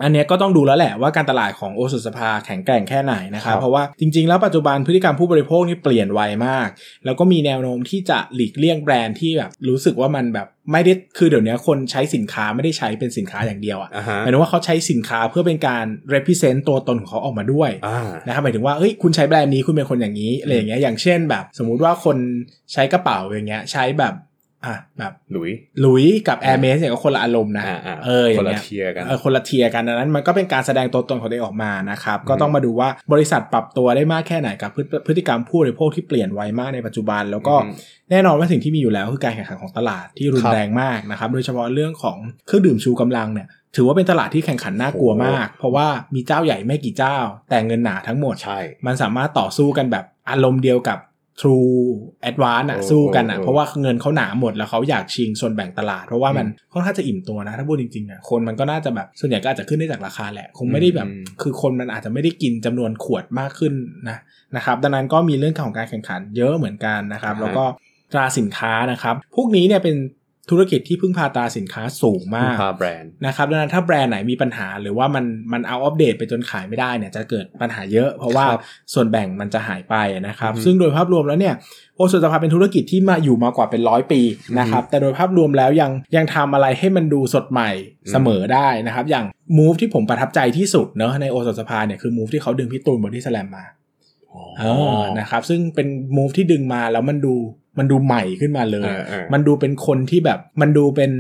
[SPEAKER 1] อันเนี้ยก็ต้องดูแล้วแหละว่าการตลาดของโอสุสภาแข็งแกร่งแค่ไหนนะครับ เพราะว่าจริงๆ แล้วปัจจุบันพฤติกรรมผู้บริโภคนี่เปลี่ยนไวมาก แล้วก็มีแนวโน้มที่จะหลีกเลี่ยงแบรนด์ที่แบบรู้สึกว่ามันแบบไม่ได้คือเดี๋ยวนี้คนใช้สินค้าไม่ได้ใช้เป็นสินค้าอย่างเดียวอะ
[SPEAKER 2] อ่าฮะ
[SPEAKER 1] หมายถึงว่าเขาใช้สินค้าเพื่อเป็นการ represent ตัวตนของเขาออกมาด้วย
[SPEAKER 2] อ่า
[SPEAKER 1] นะครับหมายถึงว่าเฮ้ยคุณใช้แบรนด์นี้คุณเป็นคนอย่างนี้อะไรอย่างเงี้ยอย่างเช่นแบบ สมมุติว่าคนใช้กระเป๋าอย่างเงี้ย ใช้แบบอ่ะแบบ
[SPEAKER 2] หลุย
[SPEAKER 1] หลุยส์กับแอร์เมสเนี่ยก็คนละอารมณ์นะ
[SPEAKER 2] อ่าๆ
[SPEAKER 1] เอออย่า
[SPEAKER 2] ค
[SPEAKER 1] ง
[SPEAKER 2] น
[SPEAKER 1] เงี้
[SPEAKER 2] ละ
[SPEAKER 1] ย
[SPEAKER 2] เทียร์กัน
[SPEAKER 1] เออคนละเทียร์กันดังนั้นมันก็เป็นการแสดงตัวตนของตัวเองออกมานะครับก็ต้องมาดูว่าบริษัทปรับตัวได้มากแค่ไหนกับพฤพฤติกรรมผู้บริโภคที่เปลี่ยนไวมากในปัจจุบัน แล้วก็
[SPEAKER 2] อืม
[SPEAKER 1] แน่นอนว่าสิ่งที่มีอยู่แล้วคือการแข่งขันของตลาดที่รุน
[SPEAKER 2] ครับ
[SPEAKER 1] แรงมากนะครับโดยเฉพาะเรื่องของเครื่องดื่มชูกำลังเนี่ยถือว่าเป็นตลาดที่แข่งขันน่ากลัวมาก เพราะว่ามีเจ้าใหญ่ไม่กี่เจ้า แต่เงินหนาทั้งหมด
[SPEAKER 2] ใช่
[SPEAKER 1] มันสามารถต่อสู้กันแบบอารมณ์เดียวกับ True Advance อะ
[SPEAKER 2] โอ้
[SPEAKER 1] สู้กันอะ
[SPEAKER 2] โอ้
[SPEAKER 1] เพราะว่าเงินเขาหนาหมดแล้วเขาอยากชิงส่วนแบ่งตลาด เพราะว่ามันค่อนข้างจะอิ่มตัวนะ ถ้าพูดจริงๆอะคนมันก็น่าจะแบบส่วนใหญ่ก็อาจจะขึ้นได้จากราคาแหละ คงไม่ได้แบบ
[SPEAKER 2] อืม
[SPEAKER 1] คือคนมันอาจจะไม่ได้กินจำนวนขวดมากขึ้นนะนะครับ ดังนั้นก็มีเรื่องของการแข่งขันเยอะเหมือนกันนะครับ
[SPEAKER 2] อ่าฮะ
[SPEAKER 1] แล้วก็ตราสินค้านะครับ พวกนี้เนี่ยเป็น ธุรกิจที่พึ่งพาตราสินค้าสูงมาก
[SPEAKER 2] พาแบรนด์
[SPEAKER 1] นะครับดังนั้นถ้าแบรนด์ไหนมีปัญหาหรือว่ามันมันเอาอัปเดตไปจนขายไม่ได้เนี่ยจะเกิดปัญหาเยอะ เพราะว่า
[SPEAKER 2] ครับ
[SPEAKER 1] ส่วนแบ่งมันจะหายไปนะครับ
[SPEAKER 2] อือฮึ
[SPEAKER 1] ซึ่งโดยภาพรวมแล้วเนี่ยโอสุสภาเป็นธุรกิจที่มาอยู่มากว่าเป็นร้อยปีนะครับ แต่โดยภาพรวมแล้วยังยังทำอะไรให้มันดูสดใหม่
[SPEAKER 2] อืม
[SPEAKER 1] เสมอได้นะครับ อย่างมูฟที่ผมประทับใจที่สุดเนอะในโอสุสภาเนี่ยคือมูฟที่เขาดึงพี่ตูนบอดี้สแลมมาเออนะครับ ซึ่งเป็นมูฟที่ดึงมาแล้วมันดูมันดูใหม่ขึ้นมาเลย
[SPEAKER 2] เออเออ
[SPEAKER 1] มันดูเป็นคนที่แบบมันดูเป็น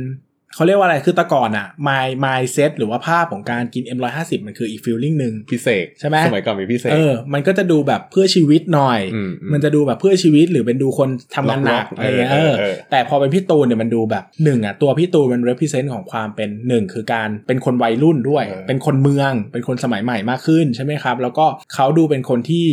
[SPEAKER 1] เขาเรียกว่าอะไรคือแต่ก่อนอะ my my set หรือว่าภาพของการกิน M150 มันคืออีกฟีลลิ่งหนึ่ง
[SPEAKER 2] พิเศษ
[SPEAKER 1] ใช่ไหม
[SPEAKER 2] สมัยก่อนมีพิเศษ
[SPEAKER 1] เออ มันก็จะดูแบบเพื่อชีวิตหน่อย
[SPEAKER 2] มอื
[SPEAKER 1] มันจะดูแบบเพื่อชีวิตหรือเป็นดูคนทำงานหนัก
[SPEAKER 2] ล็อกๆ
[SPEAKER 1] อะไรเงี้ย
[SPEAKER 2] เอ
[SPEAKER 1] เอ
[SPEAKER 2] อ
[SPEAKER 1] อ
[SPEAKER 2] เออ
[SPEAKER 1] แต่พอเป็นพี่ตูนเนี่ยมันดูแบบหนึ่งอะตัวพี่ตูนมัน represent ของความเป็นหนึ่งคือการเป็นคนวัยรุ่นด้วย
[SPEAKER 2] เออ
[SPEAKER 1] เป็นคนเมือง เป็นคนสมัยใหม่มากขึ้นใช่ไหมครับ แล้วก็เขาดูเป็นคนที่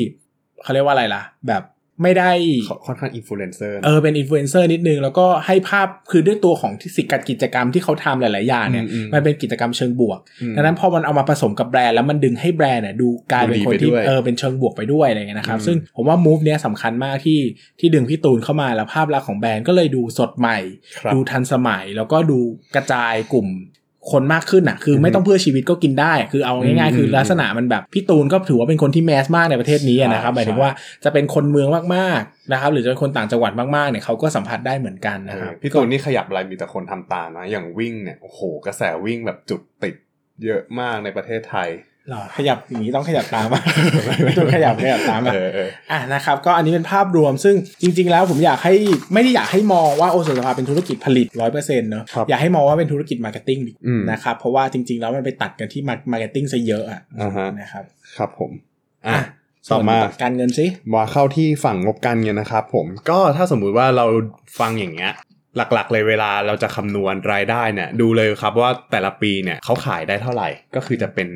[SPEAKER 1] เขาเรียกว่าอะไรล่ะ แบบไม่ได้
[SPEAKER 2] เขาค่อนข้างอินฟลูเอนเซอร์
[SPEAKER 1] เออเป็นอินฟลูเอนเซอร์นิดนึง แล้วก็ให้ภาพคือด้วยตัวของที่สิกัดกิจกรรมที่เขาทำหลาย ๆ อย่างเนี่ย
[SPEAKER 2] อืมอืม
[SPEAKER 1] มันเป็นกิจกรรมเชิงบวก ดังนั้นพอมันเอามาผสมกับแบรนด์แล้วมันดึงให้แบรนด์เนี่ยดูกลายเป็นคนที่
[SPEAKER 2] ดูดีไปด้วย
[SPEAKER 1] เออเป็นเชิงบวกไปด้วยอะไรเงี้ยนะครับ
[SPEAKER 2] อืม
[SPEAKER 1] ซึ่งผมว่ามูฟเนี้ยสำคัญมากที่ที่ดึงพี่ตูนเข้ามาแล้วภาพลักษณ์ของแบรนด์ก็เลยดูสดใหม่
[SPEAKER 2] ครับ
[SPEAKER 1] ดูทันสมัยแล้วก็ดูกระจายกลุ่มคนมากขึ้นอ่ะ คือไม่ต้องเพื่อชีวิตก็กินได้ คือเอาง่าย
[SPEAKER 2] อืม
[SPEAKER 1] ๆ คือลักษณะมันแบบพี่ตูนก็ถือว่าเป็นคนที่แมสมากในประเทศนี้อะนะครับ
[SPEAKER 2] ใช่
[SPEAKER 1] หมายถึงว่าจะเป็นคนเมืองมากๆนะครับ หรือจะเป็นคนต่างจังหวัดมากๆเนี่ยเขาก็สัมผัสได้เหมือนกันนะครับ
[SPEAKER 2] เออพี่ตูนนี่ขยับอะไรมีแต่คนทำตามนะ อย่างวิ่งเนี่ยโอ้โหกระแสวิ่งแบบจุดติดเยอะมากในประเทศไทย
[SPEAKER 1] หรอขยับอย่างนี้ต้องขยับตาม มา ต้องขยับขยับตามมา
[SPEAKER 2] เออเออ
[SPEAKER 1] อ่ะนะครับก็อันนี้เป็นภาพรวมซึ่งจริง ๆ แล้วผมอยากให้ไม่ได้อยากให้มองว่าโอสุสภาเป็นธุรกิจผลิตร้อยเปอร์เซ็นต์เนอะ
[SPEAKER 2] ครับ
[SPEAKER 1] อยากให้มองว่าเป็นธุรกิจมาร์เก็ตติ้งดี
[SPEAKER 2] อืม
[SPEAKER 1] นะครับเพราะว่าจริง ๆ แล้วมันไปตัดกันที่มาร์เก็ตติ้งซะเยอะอ่ะ
[SPEAKER 2] อ่าฮะ
[SPEAKER 1] นะครับ
[SPEAKER 2] ครับผม อ่ะ
[SPEAKER 1] ะ
[SPEAKER 2] ต่อมา
[SPEAKER 1] ส่วนการเงินสิ
[SPEAKER 2] มาเข้าที่ฝั่งงบการเงินนะครับผมก็ถ้าสมมุติว่าเราฟังอย่างเงี้ยหลักๆ เลยเวลาเราจะคำนวณรายได้เนี่ยดูเลยครับว่าแต่ละปีเนี่ยเขาขายได้เท่าไหร่ ก็คือจะเป็น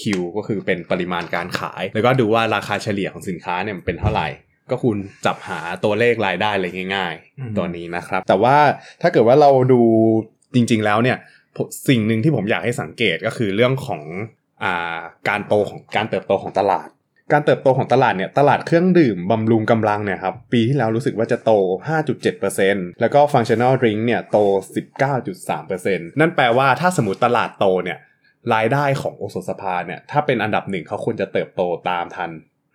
[SPEAKER 2] คิวก็คือเป็นปริมาณการขาย แล้วก็ดูว่าราคาเฉลี่ยของสินค้าเนี่ยมันเป็นเท่าไหร่ ก็คุณจับหาตัวเลขรายได้เลยง่าย
[SPEAKER 1] อืม
[SPEAKER 2] ๆ ตัวนี้นะครับ แต่ว่าถ้าเกิดว่าเราดูจริง ๆ แล้วเนี่ยผมสิ่งหนึ่งที่ผมอยากให้สังเกตก็คือเรื่องของอ่าการโตของการเติบโตของตลาด การเติบโตของตลาดเนี่ยตลาดเครื่องดื่มบำรุงกำลังเนี่ยครับปีที่แล้วรู้สึกว่าจะโต 5.7%แล้วก็ functional drink เนี่ยโต 19.3%นั่นแปลว่าถ้าสมมติตลาดโตเนี่ยรายได้ของโอโซสภาเนี่ยถ้าเป็นอันดับหนึ่งเขาควรจะเติบโตตามทัน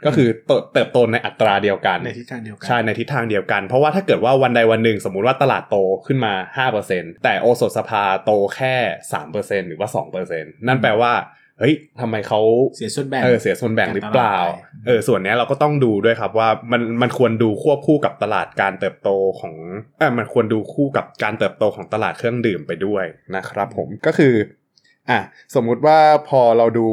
[SPEAKER 2] ก็คือเติบเติบโตในอัตราเดียวกัน
[SPEAKER 1] ในทิศทางเดียวกัน
[SPEAKER 2] ใช่ในทิศทางเดียวกัน เพราะว่าถ้าเกิดว่าวันใดวันหนึ่ง สมมุติว่าตลาดโตขึ้นมา 5%แต่โอสถสภาโตแค่ 3%หรือว่า 2%นั่นแปลว่า เฮ้ยทำไมเขา
[SPEAKER 1] เสียส่วนแบ่ง
[SPEAKER 2] เออเสียส่วนแบ่งหรือเปล่า
[SPEAKER 1] การตลาดไป
[SPEAKER 2] เออส่วนเนี้ยเราก็ต้องดูด้วยครับว่ามันมันควรดูควบคู่กับตลาดการเติบโตของเออมันควรดูคู่กับการเติบโตของตลาดเครื่องดื่มไปด้วยนะครับผมก็คืออ่ะสมมุติว่าพอเราดู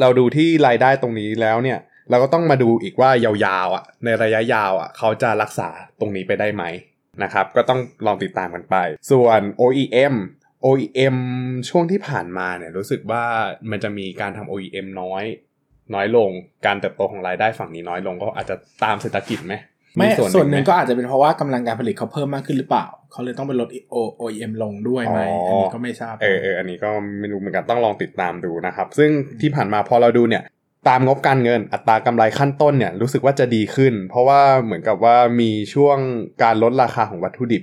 [SPEAKER 2] เราดูที่รายได้ตรงนี้แล้วเนี่ย เราก็ต้องมาดูอีกว่ายาวๆอ่ะในระยะยาวอ่ะเขาจะรักษาตรงนี้ไปได้ไหมนะครับ ก็ต้องลองติดตามกันไป ส่วน OEM OEM ช่วงที่ผ่านมาเนี่ยรู้สึกว่ามันจะมีการทำ OEM น้อยน้อยลง การเติบโตของรายได้ฝั่งนี้น้อยลงก็อาจจะตามเศรษฐกิจไหม
[SPEAKER 1] ไม่
[SPEAKER 2] มี
[SPEAKER 1] ส่วนหนึ่ง
[SPEAKER 2] ไม
[SPEAKER 1] ก็อาจจะเป็นเพราะว่ากำลังการผลิตเขาเพิ่มมากขึ้นหรือเปล่า เขาเลยต้องไปลด O O E M ลงด้วยไหม
[SPEAKER 2] อ๋อ
[SPEAKER 1] อัน
[SPEAKER 2] อั
[SPEAKER 1] นี้ก็ไม่ทราบ
[SPEAKER 2] เออเอออันนี้ก็ไม่รู้เหมือนกันต้องลองติดตามดูนะครับ ซึ่งที่ผ่านมาพอเราดูเนี่ย ตามงบการเงินอัตรากำไรขั้นต้นเนี่ยรู้สึกว่าจะดีขึ้น เพราะว่าเหมือนกับว่ามีช่วงการลดราคาของวัตถุดิบ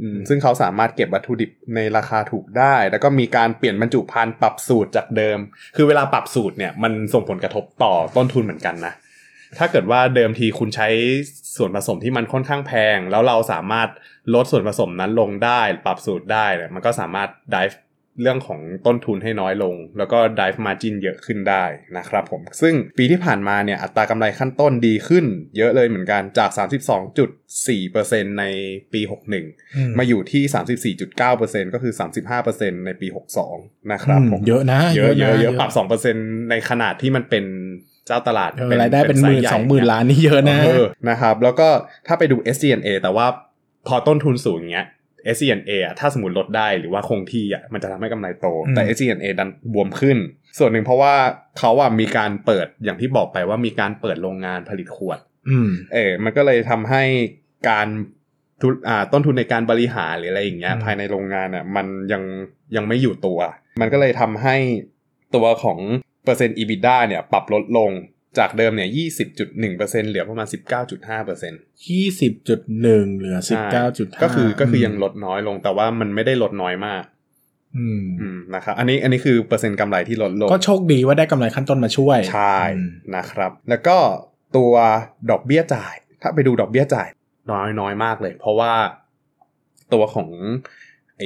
[SPEAKER 2] อืมซึ่งเขาสามารถเก็บวัตถุดิบในราคาถูกได้ แล้วก็มีการเปลี่ยนบรรจุภัณฑ์ปรับสูตรจากเดิม คือเวลาปรับสูตรเนี่ยมันส่งผลกระทบต่อต้นทุนเหมือนกันนะ ถ้าเกิดว่าเดิมทีคุณใช้ส่วนผสมที่มันค่อนข้างแพง แล้วเราสามารถลดส่วนผสมนั้นลงได้ ปรับสูตรได้เนี่ยมันก็สามารถ dive เรื่องของต้นทุนให้น้อยลง แล้วก็ dive margin เยอะขึ้นได้นะครับผมซึ่งปีที่ผ่านมาเนี่ยอัตรากำไรขั้นต้นดีขึ้น เยอะเลยเหมือนกันจาก 32.4%ในปี 61 มาอยู่ที่ 34.9%ก็คือ 35%ในปี 62 นะครับผม
[SPEAKER 1] เยอะนะ
[SPEAKER 2] เยอะเยอะ
[SPEAKER 1] น
[SPEAKER 2] เยอะปรับสองเปอร์เซ็นในขนาดที่มันเป็นเจ้าตลาด
[SPEAKER 1] เออรายได้เป็นหมื่น
[SPEAKER 2] ไซส์ใญ่
[SPEAKER 1] สองหมื่นล้านนี่เยอะนะ
[SPEAKER 2] เออนะครับ แล้วก็ถ้าไปดู s d n a แต่ว่าพอต้นทุนสูงอย่างเงี้ย s d n a อะถ้าสมมติลดได้หรือว่าคงที่อ่ะมันจะทำให้กำไรโต
[SPEAKER 1] อืม
[SPEAKER 2] แต่ s d n a ดันบวมขึ้น ส่วนหนึ่งเพราะว่าเขาอ่ะมีการเปิดอย่างที่บอกไปว่ามีการเปิดโรงงานผลิตขวด
[SPEAKER 1] อืม
[SPEAKER 2] เออ มันก็เลยทำให้การทุนอ่าต้นทุนในการบริหารหรืออะไรอย่างเงี้ย
[SPEAKER 1] อืม
[SPEAKER 2] ภายในโรงงานอ่ะมันยังยังไม่อยู่ตัว มันก็เลยทำให้ตัวของเปอร์เซ็นต์ EBITDA เนี่ยปรับลดลง จากเดิมเนี่ย20.1%เหลือประมาณ 19.5%
[SPEAKER 1] ยี่สิบจุดหนึ่งเหลือสิบเก้าจุดห้า
[SPEAKER 2] ก็คือก็คือยังลดน้อยลงแต่ว่ามันไม่ได้ลดน้อยมาก
[SPEAKER 1] อืม
[SPEAKER 2] อืมนะครับอันนี้อันนี้คือเปอร์เซ็นต์กำไรที่ลดลง
[SPEAKER 1] ก็โชคดีว่าได้กำไรขั้นต้นมาช่วย
[SPEAKER 2] ใช่
[SPEAKER 1] อืม
[SPEAKER 2] นะครับ แล้วก็ตัวดอกเบี้ยจ่าย ถ้าไปดูดอกเบี้ยจ่ายน้อยน้อยมากเลย เพราะว่าตัวของไอ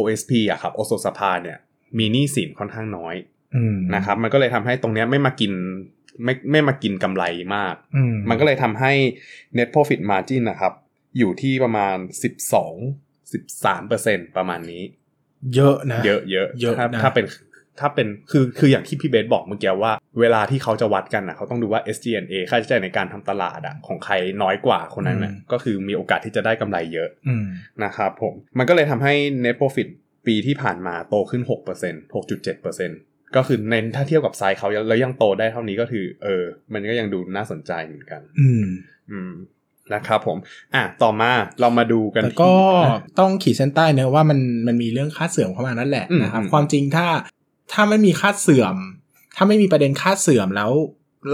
[SPEAKER 2] OSP อะครับโอโซสภาเนี่ย มีหนี้สินค่อนข้างน้อย
[SPEAKER 1] อืม
[SPEAKER 2] นะครับ มันก็เลยทำให้ตรงเนี้ยไม่มากินไม่ไม่มากินกำไรมาก
[SPEAKER 1] อืม
[SPEAKER 2] มันก็เลยทำให้ net profit margin นะครับ อยู่ที่ประมาณ 12 13 ประมาณนี้
[SPEAKER 1] เยอะนะ
[SPEAKER 2] เยอะเยอะ
[SPEAKER 1] เยอะ
[SPEAKER 2] ถ้า
[SPEAKER 1] นะ
[SPEAKER 2] ถ้าเป็นถ้าเป็นคือคืออย่างที่พี่เบสบอกเมื่อกี้ว่า เวลาที่เขาจะวัดกันนะเขาต้องดูว่า SG&A ค่าใช้จ่ายในการทำตลาดอะของใครน้อยกว่าคนนั้นนะก็คือมีโอกาสที่จะได้กำไรเยอะ
[SPEAKER 1] อืม
[SPEAKER 2] นะครับผม มันก็เลยทำให้ net profit ปีที่ผ่านมาโตขึ้น 6% 6.7%ก็คือในถ้าเทียบกับไซส์เขาแล้วยังโตได้เท่านี้ก็คือเออ มันก็ยังดูน่าสนใจเหมือนกัน
[SPEAKER 1] อืม
[SPEAKER 2] อืมนะครับผม อ่ะ ต่อมาเรามาดูกัน
[SPEAKER 1] แต่ก็
[SPEAKER 2] ที่
[SPEAKER 1] ต้องขีดเส้นใต้เนอะว่ามันมันมีเรื่องค่าเสื่อมเข้ามานั่นแหละ
[SPEAKER 2] อืม
[SPEAKER 1] นะครับ
[SPEAKER 2] อืม
[SPEAKER 1] ความจริงถ้าถ้าไม่มีค่าเสื่อม ถ้าไม่มีประเด็นค่าเสื่อมแล้ว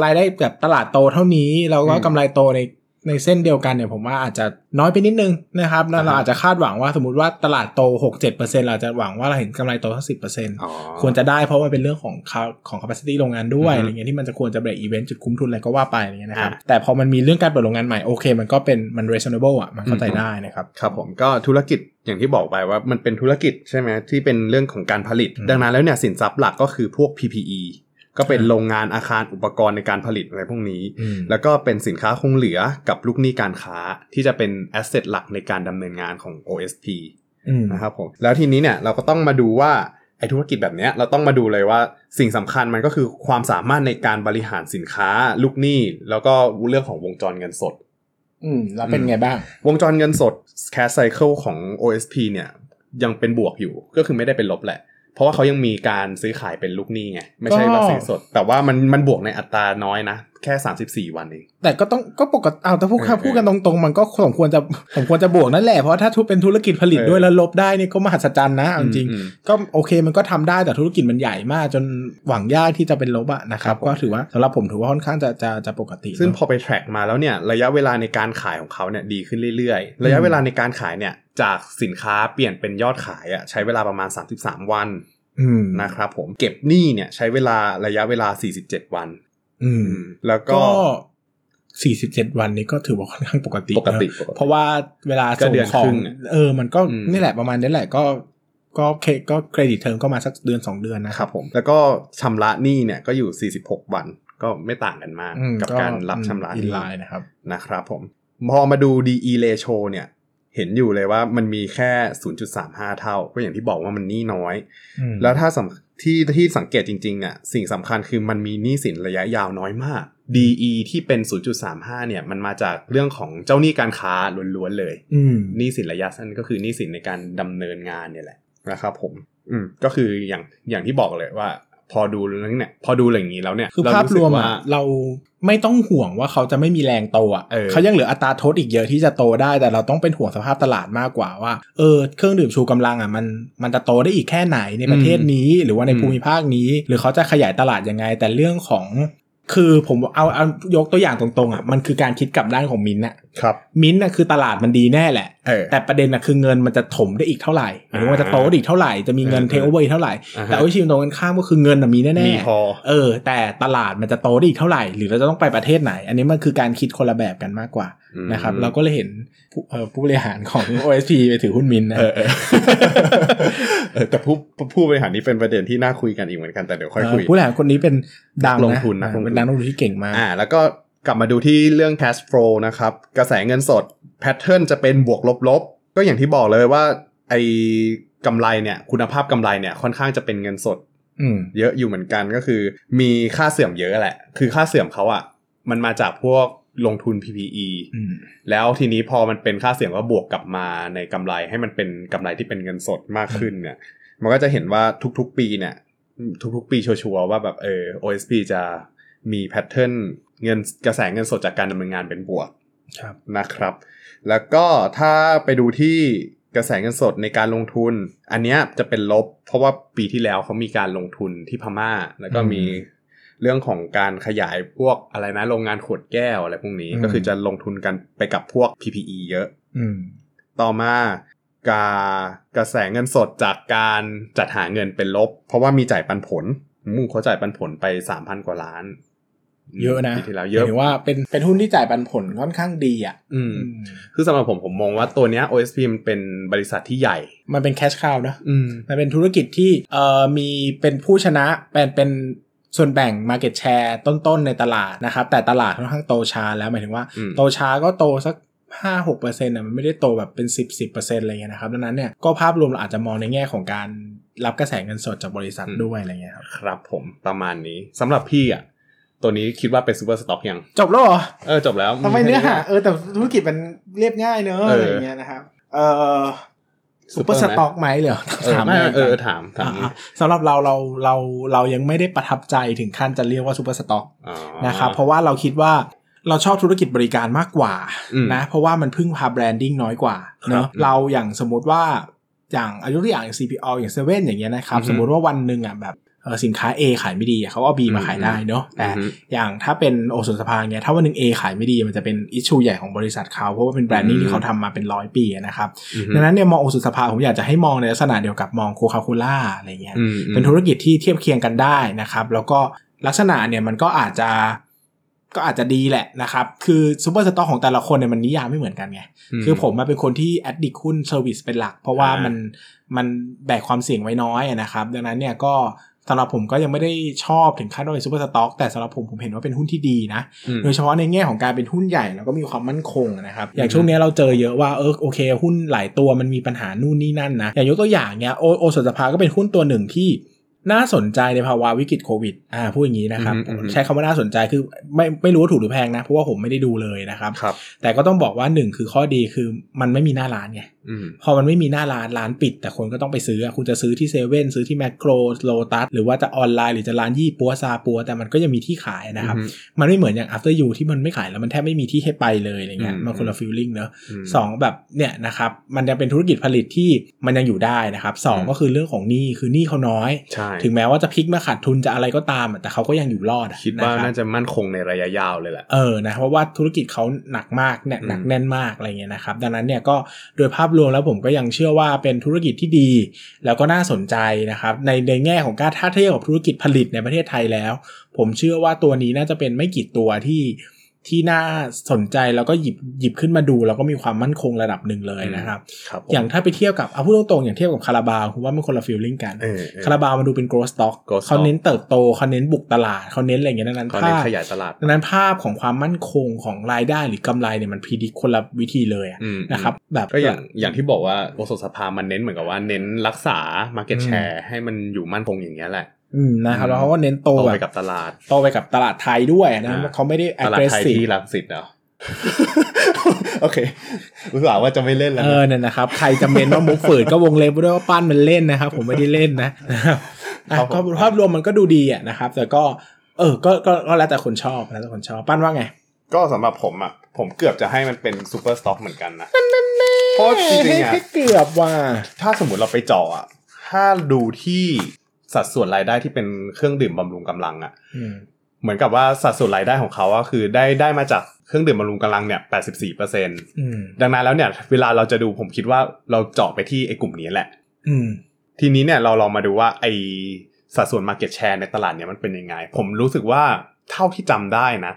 [SPEAKER 1] รายได้แบบตลาดโตเท่านี้แล้วก็กำไรโตในในเส้นเดียวกันเนี่ยผมว่าอาจจะน้อยไปนิดนึงนะครับแล้วเราอาจจะคาดหวังว่าสมมติว่าตลาดโต6-7%เราอาจจะหวังว่าเราเห็นกำไรโตทั้ง10%
[SPEAKER 2] อ๋อ
[SPEAKER 1] ควรจะได้เพราะมันเป็นเรื่องของ ca- ของ capacity โรงงานด้วย
[SPEAKER 2] อือฮึ
[SPEAKER 1] อะไรเงี้ยที่มันจะควรจะเบรกอีเวนต์จุดคุ้มทุนอะไรก็ว่าไปอะไรเงี้ยนะครับ
[SPEAKER 2] อ่ะ
[SPEAKER 1] แต่พอมันมีเรื่องการเปิดโรงงานใหม่โอเค มันก็เป็นมัน reasonable อ่ะมันเข้าใจได้นะครับ
[SPEAKER 2] ครับผมก็ธุรกิจอย่างที่บอกไปว่ามันเป็นธุรกิจใช่ไหมที่เป็นเรื่องของการผลิต
[SPEAKER 1] อืม
[SPEAKER 2] ดังนั้นแล้วเนี่ยสินทรัพย์หลักก็คือพวก PPE ก็เป็น
[SPEAKER 1] อ่า
[SPEAKER 2] โรงงานอาคารอุปกรณ์ในการผลิตอะไรพวกนี้
[SPEAKER 1] อืม
[SPEAKER 2] แล้วก็เป็นสินค้าคงเหลือกับลูกหนี้การค้าที่จะเป็นแอสเซทหลักในการดำเนินงานของ OSP
[SPEAKER 1] อืม
[SPEAKER 2] นะครับผมแล้วทีนี้เนี่ยเราก็ต้องมาดูว่าไอธุรกิจแบบเนี้ยเราต้องมาดูเลยว่าสิ่งสำคัญมันก็คือความสามารถในการบริหารสินค้าลูกหนี้แล้วก็เรื่องของวงจรเงินสด
[SPEAKER 1] อืมแล้วเป็นไงบ้าง
[SPEAKER 2] วงจรเงินสด cash cycle ของ OSP เนี่ยยังเป็นบวกอยู่ก็คือไม่ได้เป็นลบแหละ เพราะว่าเขายังมีการซื้อขายเป็นลูกหนี้ไงไม่ใช่ว่า
[SPEAKER 1] ก็
[SPEAKER 2] ซื้อสด แต่ว่ามันมันบวกในอัตราน้อยนะ แค่ 34 วันเอง
[SPEAKER 1] แต่ก็ต้องก็ปกติเอาแต่พูด
[SPEAKER 2] เออ
[SPEAKER 1] ถ้าพูดกันตรงๆ มันก็สมควรจะสมควรจะบวกนั่นแหละเพราะถ้าทุกเป็นธุรกิจผลิต
[SPEAKER 2] เออ
[SPEAKER 1] ด้วยแล้วลบได้นี่ก็มหัศจรรย์นะเอาจริง
[SPEAKER 2] อืม
[SPEAKER 1] ก็โอเคมันก็ทำได้แต่ธุรกิจมันใหญ่มาก จนหวังยากที่จะเป็นลบอะนะครับ
[SPEAKER 2] ครับผม
[SPEAKER 1] ก็ถือว่าสำหรับผมถือว่าค่อนข้างจะจะจะปกติ
[SPEAKER 2] ซึ่ง
[SPEAKER 1] เนอะ
[SPEAKER 2] พอไป track มาแล้วเนี่ยระยะเวลาในการขายของเขาเนี่ยดีขึ้นเรื่อยๆ ระยะเวลาในการขายเนี่ยจากสินค้าเปลี่ยนเป็นยอดขายอ่ะใช้เวลาประมาณ 33 วัน
[SPEAKER 1] อืม
[SPEAKER 2] นะครับผมเก็บหนี้เนี่ยใช้เวลาระยะเวลา 47 วัน
[SPEAKER 1] อืม
[SPEAKER 2] แล้วก็
[SPEAKER 1] ก็สี่สิบเจ็ดวันนี้ก็ถือว่าค่อนข้างปกติ
[SPEAKER 2] ปกติ
[SPEAKER 1] เน
[SPEAKER 2] ปกติ
[SPEAKER 1] อะเพราะว่าเวลา
[SPEAKER 2] ก็
[SPEAKER 1] ส่ง
[SPEAKER 2] เดือน
[SPEAKER 1] ขอ
[SPEAKER 2] ครึ่
[SPEAKER 1] ง
[SPEAKER 2] งอะ
[SPEAKER 1] เออ มันก็
[SPEAKER 2] อืม
[SPEAKER 1] นี่แหละประมาณนี้แหละก็ก็เคก็เครดิตเทอมก็มาสักเดือนสองเดือนนะ
[SPEAKER 2] นะครับผมแล้วก็ชำระหนี้เนี่ยก็อยู่ 46 วันก็ไม่ต่างกันมาก
[SPEAKER 1] อืม
[SPEAKER 2] กับการรับชำระห
[SPEAKER 1] อิน
[SPEAKER 2] นี้
[SPEAKER 1] ไลน์นะครับ
[SPEAKER 2] นะครับผม พอมาดู DE ratio เนี่ย เห็นอยู่เลยว่ามันมีแค่ 0.35 เท่า ก็อย่างที่บอกว่ามันหนี้น้อย
[SPEAKER 1] อืม
[SPEAKER 2] แล้วถ้าสำที่ที่สังเกตจริงๆอ่ะสิ่งสำคัญคือมันมีหนี้สินระยะยาวน้อยมาก DE ที่เป็น 0.35 เนี่ย มันมาจากเรื่องของเจ้าหนี้การค้าล้วนๆเลย
[SPEAKER 1] อืม
[SPEAKER 2] หนี้สินระยะสั้นก็คือหนี้สินในการดำเนินงานเนี่ยแหละนะครับผมอืมก็คืออย่างอย่างที่บอกเลยว่า พอดูเรื่องเนี่ยพอดูอย่างนี้แล้วเนี่ย
[SPEAKER 1] คือภาพรวม
[SPEAKER 2] เสึก
[SPEAKER 1] อะเราไม่ต้องห่วงว่าเขาจะไม่มีแรงโตอะ
[SPEAKER 2] เออ
[SPEAKER 1] ยังเหลืออัตราโทษอีกเยอะที่จะโตได้แต่เราต้องเป็นห่วงสภาพตลาดมากกว่าว่าเออเครื่องดื่มชูกำลังอะมันมันจะโตได้อีกแค่ไหนในประเทศนี้ หรือว่าในภูมิภาคนี้ หรือเขาจะขยายตลาดยังไง แต่เรื่องของ คือผมเอาเอายกตัวอย่างตรงๆอะมันคือการคิดกลับด้านของมินท์อะ
[SPEAKER 2] ครับ
[SPEAKER 1] มินท์อะคือตลาดมันดีแน่แหละ
[SPEAKER 2] เออ
[SPEAKER 1] แต่ประเด็นอะคือเงินมันจะถมได้อีกเท่าไหร่หรือว่ามันจะโตได้อีกเท่าไหร่จะมีเงิน
[SPEAKER 2] เออ
[SPEAKER 1] เทคโอเวอร์เท่าไหร่
[SPEAKER 2] อ่าฮะ
[SPEAKER 1] แต่วิชิมตรงกันข้ามก็คือเงินอะมีแน่ๆ
[SPEAKER 2] มีพอ
[SPEAKER 1] เออ แต่ตลาดมันจะโตได้อีกเท่าไหร่ หรือเราจะต้องไปประเทศไหน อันนี้มันคือการคิดคนละแบบกันมากกว่า
[SPEAKER 2] อืม
[SPEAKER 1] นะครับ เราก็เลยเห็นผู้เอ่อผู้บริหารข อง OSP ไปถือหุ้นมินนะ
[SPEAKER 2] เออเออเออแต่ผู้ผู้บริหารนี่เป็นประเด็นที่น่าคุยกันอีกเหมือนกันแต่เดี๋ยวค่อยคุย
[SPEAKER 1] เออผู้บริหารคนนี้เป็นดัง
[SPEAKER 2] นักลง
[SPEAKER 1] นะ
[SPEAKER 2] ทุนนักลงทุน
[SPEAKER 1] เป็นนักลงทุนที่เก่งมาก
[SPEAKER 2] อ่าแล้วก็กลับมาดูที่เรื่อง cash flow นะครับ กระแสเงินสดแพทเทิร์นจะเป็นบวกลบลบก็อย่างที่บอกเลยว่าไอ้กำไรเนี่ยคุณภาพกำไรเนี่ยค่อนข้างจะเป็นเงินสด
[SPEAKER 1] อืม
[SPEAKER 2] เยอะอยู่เหมือนกันก็คือมีค่าเสื่อมเยอะแหละ คือค่าเสื่อมเขาอะมันมาจากพวกลงทุน PPE
[SPEAKER 1] อืม
[SPEAKER 2] แล้วทีนี้พอมันเป็นค่าเสื่อมก็บวกกลับมาในกำไรให้มันเป็นกำไรที่เป็นเงินสดมากขึ้นเนี่ย มันก็จะเห็นว่าทุกๆปีเนี่ย ทุกๆปีชัวร์ๆว่าแบบเออ OSP จะมีแพทเทิร์นเงินกระแสเงินสดจากการดำเนินงานเป็นบวก
[SPEAKER 1] ครับ
[SPEAKER 2] นะครับ แล้วก็ถ้าไปดูที่กระแสเงินสดในการลงทุน อันเนี้ยจะเป็นลบ เพราะว่าปีที่แล้วเขามีการลงทุนที่พม่า แล้วก็มี เรื่องของการขยายพวกอะไรนะโรงงานขวดแก้วอะไรพวกนี้
[SPEAKER 1] อืม
[SPEAKER 2] ก็คือจะลงทุนกันไปกับพวก PPE เยอะ
[SPEAKER 1] อืม
[SPEAKER 2] ต่อมาการกระแสเงินสดจากการจัดหาเงินเป็นลบ เพราะว่ามีจ่ายปันผลอืมุ่งเขาจ่ายปันผลไปสามพันกว่าล้าน
[SPEAKER 1] เยอะนะ
[SPEAKER 2] ปีที่แล้ว
[SPEAKER 1] ห
[SPEAKER 2] เย
[SPEAKER 1] มา
[SPEAKER 2] อะ
[SPEAKER 1] ยถึงว่าเป็นเป็นหุ้นที่จ่ายปันผลค่อนข้างดีอ่ะ
[SPEAKER 2] อืม
[SPEAKER 1] อืม
[SPEAKER 2] คือสำหรับผมผมมองว่าตัวเนี้ย OSP มันเป็นบริษัทที่ใหญ่
[SPEAKER 1] มันเป็นแคชคาวนะ
[SPEAKER 2] อืม
[SPEAKER 1] มันเป็นธุรกิจที่เอ่อมีเป็นผู้ชนะเป็นเป็นส่วนแบ่ง Market Share ต้นๆ ในตลาดนะครับ แต่ตลาดค่อนข้างโตช้าแล้วหมายถึงว่า
[SPEAKER 2] อืม
[SPEAKER 1] โตช้าก็โตสัก 5-6%น่ะมันไม่ได้โตแบบเป็น 10-10%อะไรเงี้ยนะครับดังนั้นเนี่ยก็ภาพรวมเราอาจจะมองในแง่ของการรับกระแสเงินสดจากบริษัทด้วยอะไรเงี้ยครับ
[SPEAKER 2] ครับผมประมาณนี้สำหรับพี่อ่ะ ตัวนี้คิดว่าเป็นซูเปอร์สต็อกยัง
[SPEAKER 1] จบแล้วเหรอ
[SPEAKER 2] เออจบแล้ว
[SPEAKER 1] ทำไมเนื้อหาเออแต่ธุรกิจมันเรียบง่ายเนอะ
[SPEAKER 2] เอ
[SPEAKER 1] อะ
[SPEAKER 2] ออ
[SPEAKER 1] ไรอย่างเงี้ยนะครับ เออซูเปอ
[SPEAKER 2] Super
[SPEAKER 1] ร์สต็อกไหมเหรอ
[SPEAKER 2] เออ
[SPEAKER 1] ถาม
[SPEAKER 2] ไม่
[SPEAKER 1] เลย
[SPEAKER 2] เออถามถาม
[SPEAKER 1] อ่ะสำหรับเราเราเราเรายังไม่ได้ประทับใจถึงขั้นจะเรียกว่าซูเปอร์สต็อก
[SPEAKER 2] อ๋อ
[SPEAKER 1] นะครับเพราะว่าเราคิดว่าเราชอบธุรกิจบริการมากกว่า
[SPEAKER 2] อืม
[SPEAKER 1] นะเพราะว่ามันพึ่งพาแบรนดิ้งน้อยกว่าเน
[SPEAKER 2] ครั
[SPEAKER 1] อะ
[SPEAKER 2] บ
[SPEAKER 1] เราอย่างสมมติว่าอย่างอายุตัวอย่างอย่าง CPO อย่างเซเว่นอย่างเงี้ยนะครับ
[SPEAKER 2] อือฮึ
[SPEAKER 1] สมมติว่าวันหนึ่งอ่ะแบบเออสินค้า A ขายไม่ดีอ่ะเขาก็เอา B มาขายได้เนอะแต่
[SPEAKER 2] อืม
[SPEAKER 1] อย่างถ้าเป็นโอสุนสภาเนี่ยถ้าวันหนึ่ง A ขายไม่ดีมันจะเป็นอิชชูใหญ่ของบริษัทเขาเพราะว่าเป็นแบรนด์นี้
[SPEAKER 2] อืม
[SPEAKER 1] ที่เขาทำมาเป็นร้อยปีอะนะครับ
[SPEAKER 2] อืม
[SPEAKER 1] ดังนั้นเนี่ยมองโอสุนสภาผมอยากจะให้มองในลักษณะเดียวกับมองโคคาโคล่าอะไรเงี้ย
[SPEAKER 2] อืม
[SPEAKER 1] เป็นธุรกิจที่เทียบเคียงกันได้นะครับ แล้วก็ลักษณะเนี่ยมันก็อาจจะก็อาจจะดีแหละนะครับ คือซูเปอร์สต็อกของแต่ละคนเนี่ยมันนิยามไม่เหมือนกันไง คือผมมาเป็นคนที่แอดดิกหุ้นเซอร์วิสเป็นหลัก เพราะว่า
[SPEAKER 2] อ่ามั
[SPEAKER 1] มันมันแบกความเสี่ยงไว้น้อยอะนะครับ ดังนั้นเนี่ยก็สำหรับผมก็ยังไม่ได้ชอบถึงขั้นว่าเป็นซูเปอร์สต็อกแต่สำหรับผมผมเห็นว่าเป็นหุ้นที่ดีนะ
[SPEAKER 2] อืม
[SPEAKER 1] โดยเฉพาะในแง่ของการเป็นหุ้นใหญ่แล้วก็มีความมั่นคงนะครับ อย่างช่วงเนี้ยเราเจอเยอะว่าเออโอเค หุ้นหลายตัวมันมีปัญหานู่นนี่นั่นนะอย่างยกตัวอย่างเนี้ยโอโอสถสภาก็เป็นหุ้นตัวหนึ่งที่น่าสนใจในภาวะวิกฤตโควิดอ่าพูดอย่างนี้นะครับ
[SPEAKER 2] อืมอืม
[SPEAKER 1] ใช้คำว่าน่าสนใจคือไม่ไม่รู้ว่าถูกหรือแพงนะเพราะว่าผมไม่ได้ดูเลยนะครับ
[SPEAKER 2] ครับ
[SPEAKER 1] แต่ก็ต้องบอกว่าหนึ่งคือข้อดีคือมันไม่มีหน้าร้านไง
[SPEAKER 2] อืม
[SPEAKER 1] พอมันไม่มีหน้าร้านร้านปิด แต่คนก็ต้องไปซื้ออะคุณจะซื้อที่เซเว่นซื้อที่แมคโครโลตัสหรือว่าจะออนไลน์หรือจะร้านยี่ปัวซาปัว แต่มันก็ยังมีที่ขายนะครับ
[SPEAKER 2] อือฮึ
[SPEAKER 1] มันไม่เหมือนอย่าง after you ที่มันไม่ขายแล้วมันแทบไม่มีที่ให้ไปเลยอะไรเงี้ย
[SPEAKER 2] อืม
[SPEAKER 1] มันคนละฟีลลิ่งเนอะ
[SPEAKER 2] ม
[SPEAKER 1] สองแบบเนี่ยนะครับมันยังเป็นธุรกิจผลิตที่มันยังอยู่ได้นะครับสอง
[SPEAKER 2] อืม
[SPEAKER 1] ก็คือเรื่องของหนี้คือหนี้เขาน้อย
[SPEAKER 2] ใช่
[SPEAKER 1] ถึงแม้ว่าจะพลิกมาขาดทุนจะอะไรก็ตามอะแต่เขาก็ยังอยู่รอดอะ
[SPEAKER 2] คิดว่า
[SPEAKER 1] รับ
[SPEAKER 2] น่าจะมั่นคงในระยะยาวเลยแหละ
[SPEAKER 1] เออ นะ เพราะว่าธุรกิจเขาหนักมากเนี่ย
[SPEAKER 2] อืม
[SPEAKER 1] หนักแน่นมากอะไรเงี้ยนะครับ ดังนั้นเนี่ยก็โดยภาพรวมแล้วผมก็ยังเชื่อว่าเป็นธุรกิจที่ดี แล้วก็น่าสนใจนะครับ ในในแง่ของการถ้าเทียบกับธุรกิจผลิตในประเทศไทยแล้ว ผมเชื่อว่าตัวนี้น่าจะเป็นไม่กี่ตัวที่ที่น่าสนใจแล้วก็หยิบหยิบขึ้นมาดู แล้วก็มีความมั่นคงระดับหนึ่งเลยนะครับ
[SPEAKER 2] ครับผม
[SPEAKER 1] อย่างถ้าไปเทียบกับเอาพูดตรงๆอย่างเทียบกับคาราบาวผมว่ามันคนละฟีลลิ่งกัน
[SPEAKER 2] เออเออ
[SPEAKER 1] คาราบาวมันดูเป็น growth stock
[SPEAKER 2] growth stock
[SPEAKER 1] เขาเน้นเติบโตเขาเน้นบุกตลาดเขาเน้นอะไรอย่างเงี้ยดังนั้น
[SPEAKER 2] ตอนนี้
[SPEAKER 1] ถ้า
[SPEAKER 2] ขยายตลาด
[SPEAKER 1] ดังนั้นภาพของความมั่นคงของรายได้หรือกำไรเนี่ยมันพิจิตคนละวิธีเลยอะ
[SPEAKER 2] อืม
[SPEAKER 1] นะครับ แบบ
[SPEAKER 2] ก็อย่างอย่างที่บอกว่าโอสถสภามันเน้นเหมือนกับว่าเน้นรักษา market share ให้มันอยู่มั่นคงอย่างเงี้ยแหละ
[SPEAKER 1] อืมนะครับ
[SPEAKER 2] อืม
[SPEAKER 1] แล้วเขาก็เน้นโต
[SPEAKER 2] โต
[SPEAKER 1] แบ
[SPEAKER 2] ไป
[SPEAKER 1] บ
[SPEAKER 2] กับตลาด
[SPEAKER 1] โตไปกับตลาดไทยด้วยนะ
[SPEAKER 2] อ่า
[SPEAKER 1] เขาไม่ได้
[SPEAKER 2] ตลาดไทย
[SPEAKER 1] aggressive
[SPEAKER 2] ที่รังสิตเนาะ โอเค อุตส่าห์ว่าจะไม่เล่นแล้ว
[SPEAKER 1] เอ
[SPEAKER 2] นะ
[SPEAKER 1] อเนี่ยนะครับใครจะเมนว่ามุกฝืดก็วงเล็บไว้ด้วยว่าปั้นมันเล่นนะครับ ผมไม่ได้เล่นนะนะครับอ่ะก็ภาพรวมมันก็ดูดีอะนะครับ แต่ก็เออก็ก็ก็แล้วแต่คนชอบแล้วแต่คนชอบปั้นว่าไง
[SPEAKER 2] ก็สำหรับผมอ่ะ ผมเกือบจะให้มันเป็นซูเปอร์สต็อกเหมือนกันนะเพราะจริงๆอ่ะ
[SPEAKER 1] ให้เกือบว่า
[SPEAKER 2] ถ้าสมมติเราไปเจาะอ่ะ ถ้าดูที่สัดส่วนรายได้ที่เป็นเครื่องดื่มบำรุงกำลังอ่ะ
[SPEAKER 1] อืม
[SPEAKER 2] เหมือนกับว่าสัดส่วนรายได้ของเขาก็คือได้ได้มาจากเครื่องดื่มบำรุงกำลังเนี่ย84%
[SPEAKER 1] อืม
[SPEAKER 2] ดังนั้นแล้วเนี่ยเวลาเราจะดูผมคิดว่าเราเจาะไปที่ไอ้กลุ่มนี้แหละ
[SPEAKER 1] อืม
[SPEAKER 2] ทีนี้เนี่ยเราลองมาดูว่าไอสัดส่วน Market Share ในตลาดเนี่ยมันเป็นยังไง ผมรู้สึกว่าเท่าที่จำได้นะ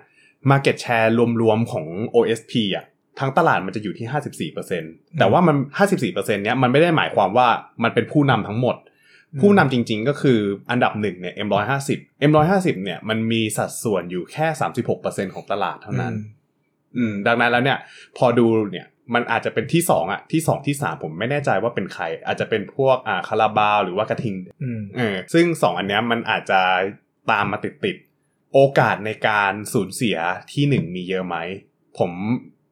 [SPEAKER 2] Market Share รวมๆของ OSP อ่ะทั้งตลาดมันจะอยู่ที่ 54%แต่ว่ามัน 54%เนี่ยมันไม่ได้หมายความว่ามันเป็นผู้นำทั้งหมด ผู้นำจริงๆก็คืออันดับหนึ่งเนี่ย M150 M150 เนี่ยมันมีสัดส่วนอยู่แค่ 36%ของตลาดเท่านั้น อืมดังนั้นแล้วเนี่ยพอดูเนี่ยมันอาจจะเป็นที่สองอะที่สองที่สามผมไม่แน่ใจว่าเป็นใคร อาจจะเป็นพวกอ่าคาราบาวหรือว่ากระทิง
[SPEAKER 1] อืม
[SPEAKER 2] เออซึ่งสองอันเนี้ยมันอาจจะตามมาติดติดๆโอกาสในการสูญเสียที่หนึ่งมีเยอะไหมผม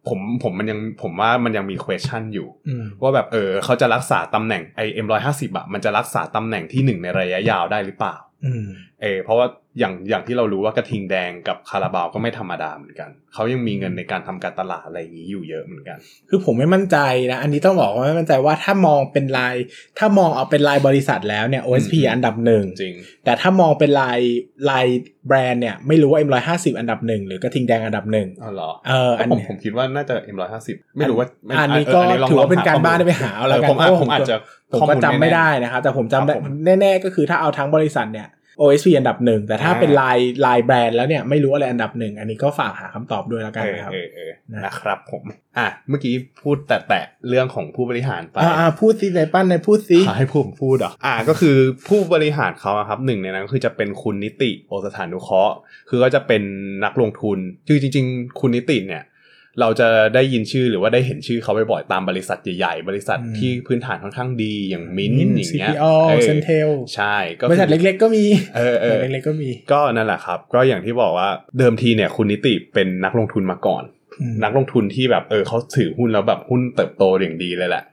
[SPEAKER 2] ผมผมมันยังผมว่ามันยังมี question อยู่
[SPEAKER 1] อืม
[SPEAKER 2] ว่าแบบเออเขาจะรักษาตำแหน่งไอเอ็มร้อยห้าสิบอะมันจะรักษาตำแหน่งที่หนึ่งในระยะยาวได้หรือเปล่า
[SPEAKER 1] อืม
[SPEAKER 2] เออเพราะว่าอย่างอย่างที่เรารู้ว่ากระทิงแดงกับคาราบาวก็ไม่ธรรมดาเหมือนกันเขายังมีเงินในการทำการตลาดอะไรอย่างนี้อยู่เยอะเหมือนกัน
[SPEAKER 1] คือผมไม่มั่นใจนะ อันนี้ต้องบอกว่าไม่มั่นใจว่าถ้ามองเป็นลาย ถ้ามองเอาเป็นลายบริษัทแล้วเนี่ย OSP
[SPEAKER 2] อืม
[SPEAKER 1] อันดับหนึ่ง
[SPEAKER 2] จริง
[SPEAKER 1] แต่ถ้ามองเป็นลายลายแบรนด์เนี่ย ไม่รู้ว่า M150 อันดับหนึ่งหรือกระทิงแดงอันดับหนึ่ง
[SPEAKER 2] อ๋อเหรอ
[SPEAKER 1] เออ
[SPEAKER 2] อ
[SPEAKER 1] อัน
[SPEAKER 2] ผม
[SPEAKER 1] เนี้ย
[SPEAKER 2] ผมคิดว่าน่าจะ M150 ไม่รู้ว่าไม่
[SPEAKER 1] อันนี้ก็
[SPEAKER 2] เนนี้ลง
[SPEAKER 1] ถือว่า
[SPEAKER 2] ลง
[SPEAKER 1] เป็นการ
[SPEAKER 2] ข้อมูล
[SPEAKER 1] บ้านได้ไปหาเอาละกัน
[SPEAKER 2] ผมอาจ
[SPEAKER 1] เพราะว่า
[SPEAKER 2] ผมอา
[SPEAKER 1] ผมก็
[SPEAKER 2] จจะ
[SPEAKER 1] ผม
[SPEAKER 2] ข้อ
[SPEAKER 1] ก็
[SPEAKER 2] ล
[SPEAKER 1] จำไม่
[SPEAKER 2] แน่ๆ
[SPEAKER 1] ได้นะครับ แต่ผมจำได้
[SPEAKER 2] ครับผม
[SPEAKER 1] แน่ๆก็คือถ้าเอาทั้งบริษัทเนี่ย OSP อันดับหนึ่งแต่ถ้า
[SPEAKER 2] อ่า
[SPEAKER 1] เป็นลายลายแบรนด์แล้วเนี่ยไม่รู้อะไรอันดับหนึ่งอันนี้ก็ฝากหาคำตอบด้วยแล้วกัน
[SPEAKER 2] เอ
[SPEAKER 1] นะค
[SPEAKER 2] อ
[SPEAKER 1] รับ
[SPEAKER 2] เออเออ
[SPEAKER 1] นะ
[SPEAKER 2] นะครับ ผมอ่ะเมื่อกี้พูดแต่แตะเรื่องของผู้บริหารไป
[SPEAKER 1] อ่าอ่าพูดสิในปั้นในพูดสิ
[SPEAKER 2] ขอให้ผมพูดเหรอ่ะอ่าก็คือผู้บริหารเขาอะครับหนึ่งในนั้นก็คือจะเป็นคุณนิติโอสถานุเคราะห์ คือก็จะเป็นนักลงทุนคือจริง ๆ คุณนิติเนี่ย เราจะได้ยินชื่อหรือว่าได้เห็นชื่อเขาบ่อยๆตามบริษัทใหญ่ๆ บริษัท
[SPEAKER 1] อืม
[SPEAKER 2] ที่พื้นฐานค่อนข้างดีอย่างมิ้น
[SPEAKER 1] อืม
[SPEAKER 2] อย่างเงี้ย
[SPEAKER 1] CPO
[SPEAKER 2] ออ
[SPEAKER 1] Centel
[SPEAKER 2] ใช่ก็
[SPEAKER 1] บริษัทเล็กๆก็มี
[SPEAKER 2] เออเออ
[SPEAKER 1] บริษัทเล็กๆก็มี
[SPEAKER 2] ก็นั่นแหละครับ ก็อย่างที่บอกว่าเดิมทีเนี่ยคุณนิติเป็นนักลงทุนมาก่อน
[SPEAKER 1] อืม
[SPEAKER 2] นักลงทุนที่แบบเออเขาถือหุ้นแล้วแบบหุ้นเติบโตอย่างดีเลยแหละ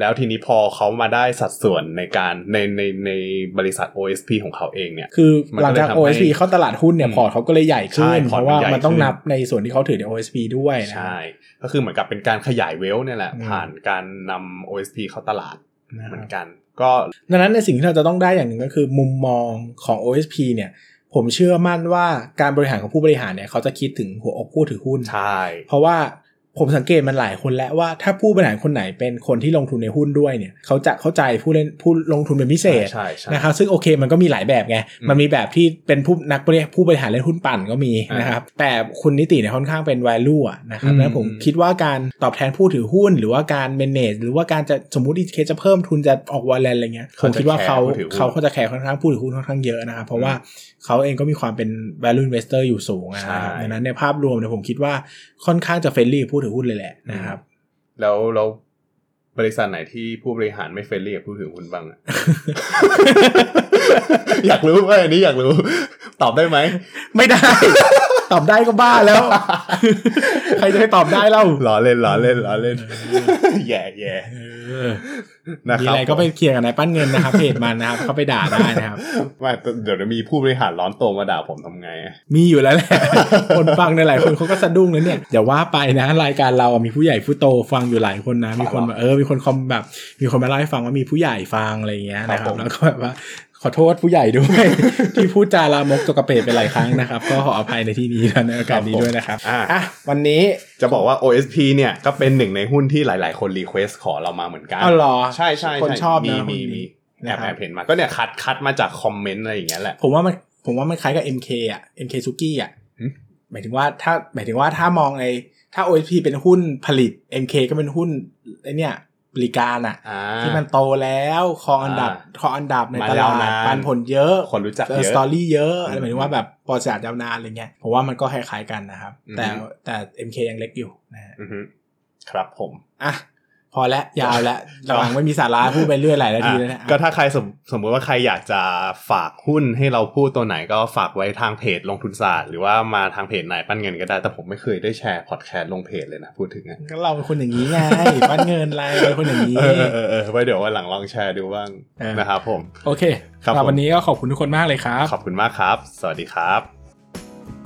[SPEAKER 2] แล้วทีนี้พอเขามาได้สัดส่วนในการในในในบริษัท OSP ของเขาเองเนี่ย
[SPEAKER 1] คือ
[SPEAKER 2] มัน
[SPEAKER 1] ห
[SPEAKER 2] ก็
[SPEAKER 1] ลัง
[SPEAKER 2] เลย
[SPEAKER 1] จาก
[SPEAKER 2] ทำให้
[SPEAKER 1] OSP เข้าตลาดหุ้นเนี่ย พอร์ตเขาก็เลยใหญ่ขึ้น
[SPEAKER 2] ใช่พ
[SPEAKER 1] เพ
[SPEAKER 2] อร์ต
[SPEAKER 1] ราะว่า
[SPEAKER 2] ใหญ่
[SPEAKER 1] มันต้อง
[SPEAKER 2] ขึ้น
[SPEAKER 1] นับในส่วนที่เขาถือใน OSP ด้วยนะ
[SPEAKER 2] ใช่ ก็คือเหมือนกับเป็นการขยายเวลเนี่ยแหละ
[SPEAKER 1] อืม
[SPEAKER 2] ผ่านการนำ OSP เข้าตลาด
[SPEAKER 1] นะ
[SPEAKER 2] เห
[SPEAKER 1] ครั
[SPEAKER 2] มือบ นกัน ก็
[SPEAKER 1] ดังนั้นในสิ่งที่เราจะต้องได้อย่างหนึ่งก็คือมุมมองของ OSP เนี่ย ผมเชื่อมั่นว่าการบริหารของผู้บริหารเนี่ย เขาจะคิดถึงหัวอกผู้ถือหุ้น
[SPEAKER 2] ใช่
[SPEAKER 1] เพราะว่าผมสังเกตมันหลายคนแล้วว่าถ้าผู้บริหารคนไหนเป็นคนที่ลงทุนในหุ้นด้วยเนี่ย เขาจะเข้าใจผู้เล่นผู้ลงทุนเป็นพิเศษ
[SPEAKER 2] ใช่ใช่
[SPEAKER 1] นะครับซึ่งโอเคมันก็มีหลายแบบไง
[SPEAKER 2] อืม
[SPEAKER 1] มันมีแบบที่เป็นผู้นักบริผู้บริหารเล่นหุ้นปั่นก็มี
[SPEAKER 2] อ่าน
[SPEAKER 1] นะครับ แต่คุณนิติเนี่ยค่อนข้างเป็น value อะนะครับ
[SPEAKER 2] อืม
[SPEAKER 1] แล้วผมคิดว่าการตอบแทนผู้ถือหุ้น หรือว่าการ manage หรือว่าการจะสมมติเคสจะเพิ่มทุนจะออกวอลเลนอะไรเงี้ยผ
[SPEAKER 2] เขา
[SPEAKER 1] ม
[SPEAKER 2] จะ
[SPEAKER 1] คิดว่าเขา
[SPEAKER 2] แคร์ผู้ถือหุ้น
[SPEAKER 1] เขาก็จะแคร์ค่อนข้างผู้ถือหุ้นค่อนข้างเยอะนะครับ เพราะว่าเขาเองก็มีความเป็น value investor อยู่สูงนะครับ
[SPEAKER 2] ใช่
[SPEAKER 1] ดังนั้นในภาพรวมเนี่ยผมคิดว่าค่อนข้างจะเฟรนลี่ผู้ถือหุ้นเลยแหละนะครับ
[SPEAKER 2] แล้วแล้วบริษัทไหนที่ผู้บริหารไม่เฟรนลี่กับผู้ถือหุ้นบ้างอะ อยากรู้ไหมอันนี้อยากรู้ ตอบได้ไหม
[SPEAKER 1] ไม่ได้ ตอบได้ก็บ้าแล้ว ใครจะไปตอบได้เล่า
[SPEAKER 2] ล้อเล่นล้อเล่นล้อเล่น แย่แย่นะ
[SPEAKER 1] มี
[SPEAKER 2] ครับ
[SPEAKER 1] อะไรก็ไปเคลียร์กันนายปั้นเงินนะครับ เพจมันนะครับเขาไปด่าได้นะครับ
[SPEAKER 2] ไม่เดี๋ยวจะมีผู้บริหารร้อนตัวมาด่า ผมทำไง
[SPEAKER 1] มีอยู่แล้วแหละ คนฟังในยหลายคนเขาก็สะดุ้งนะเนี่ยอย่าว่าไปนะ รายการเราอะมีผู้ใหญ่ผู้โตฟังอยู่หลายคนนะ มีคนแบบเออมีคนคอมแบบ มีคนมาเล่าให้ฟังว่ามีผู้ใหญ่ฟังอะไรอย่างเงี้ยนะครั
[SPEAKER 2] ครับบ ผม
[SPEAKER 1] แล้วก็แบบว่าขอโทษผู้ใหญ่ด้วย ที่พูดจาลามกจกกระเปดไปหลายครั้งนะครับ ก็ขออภัยในที่นี้และในโอกาสนี้ด้วยนะครับ
[SPEAKER 2] อ่ะ
[SPEAKER 1] อ่ะวันนี้
[SPEAKER 2] จะบอกว่า OSP เนี่ยก็เป็นหนึ่งในหุ้นที่หลาย ๆ คนรีเควสขอเรามาเหมือนกัน
[SPEAKER 1] เอาเหรอ
[SPEAKER 2] ใช่ใช่ใ
[SPEAKER 1] คนชอบ
[SPEAKER 2] มี
[SPEAKER 1] นะคน
[SPEAKER 2] มีมี
[SPEAKER 1] นี้
[SPEAKER 2] แอ
[SPEAKER 1] นะ
[SPEAKER 2] บ
[SPEAKER 1] ค
[SPEAKER 2] แอ
[SPEAKER 1] รับบ
[SPEAKER 2] เห็นมาก็เนี่ยคัดคัดมาจากคอมเมนต์อะไรอย่างเงี้ยแหละ
[SPEAKER 1] ผมว่ามันผมว่ามันคล้ายกับ MK อ่ะ MK ซุกี้อ่ะ หมายถึงว่าถ้าหมายถึงว่าถ้ามองในถ้า OSP เป็นหุ้นผลิต MK ก็เป็นหุ้นไอเนี่ยบริการอะ
[SPEAKER 2] อ่า
[SPEAKER 1] ที่มันโตแล้วครองอันดับ
[SPEAKER 2] อ่า
[SPEAKER 1] ครองอันดับในตลาย
[SPEAKER 2] มาาวนาน
[SPEAKER 1] ดปันผลเยอะ
[SPEAKER 2] คนรู้จัก
[SPEAKER 1] เจอ
[SPEAKER 2] เยอะ
[SPEAKER 1] สตอรี่เยอะอะไร
[SPEAKER 2] อืม
[SPEAKER 1] หมายถึงว่าแบบปอดสะอาดยาวนานอะไรเงี้ยผมว่ามันก็คล้ายๆกันนะครับ
[SPEAKER 2] อืม
[SPEAKER 1] แต่แต่ MK ยังเล็กอยู่นะฮะ
[SPEAKER 2] อือฮึครับผม
[SPEAKER 1] อ่ะพอแล้วยาว แล้วระหวังไม่มีสาระพูดไปเรื่อยหลายนาทีแล้วเนะ
[SPEAKER 2] อ่ะก็ถ้าใครสมสมมติว่าใครอยากจะฝากหุ้นให้เราพูดตัวไหนก็ฝากไว้ทางเพจลงทุนศาสตร์ หรือว่ามาทางเพจไหนปั้นเงินก็ได้ แต่ผมไม่เคยได้แชร์พอดแคสต์ลงเพจเลยนะพูดถึงอะ
[SPEAKER 1] ก็เราเป็นคนอย่างนี้ไง บ้านเงินอะไรเราเป็นคนอย่างนี้
[SPEAKER 2] เออเออเออเออไว้เดี๋ยววันหลังลองแชร์ดูบ้าง
[SPEAKER 1] เออ
[SPEAKER 2] นะครับผม
[SPEAKER 1] โอเค
[SPEAKER 2] ครับ
[SPEAKER 1] สำห
[SPEAKER 2] ผม
[SPEAKER 1] วันนี้ก็ขอบคุณทุกคนมากเลยครับ
[SPEAKER 2] ขอบคุณมากครับ สวัสดีครับ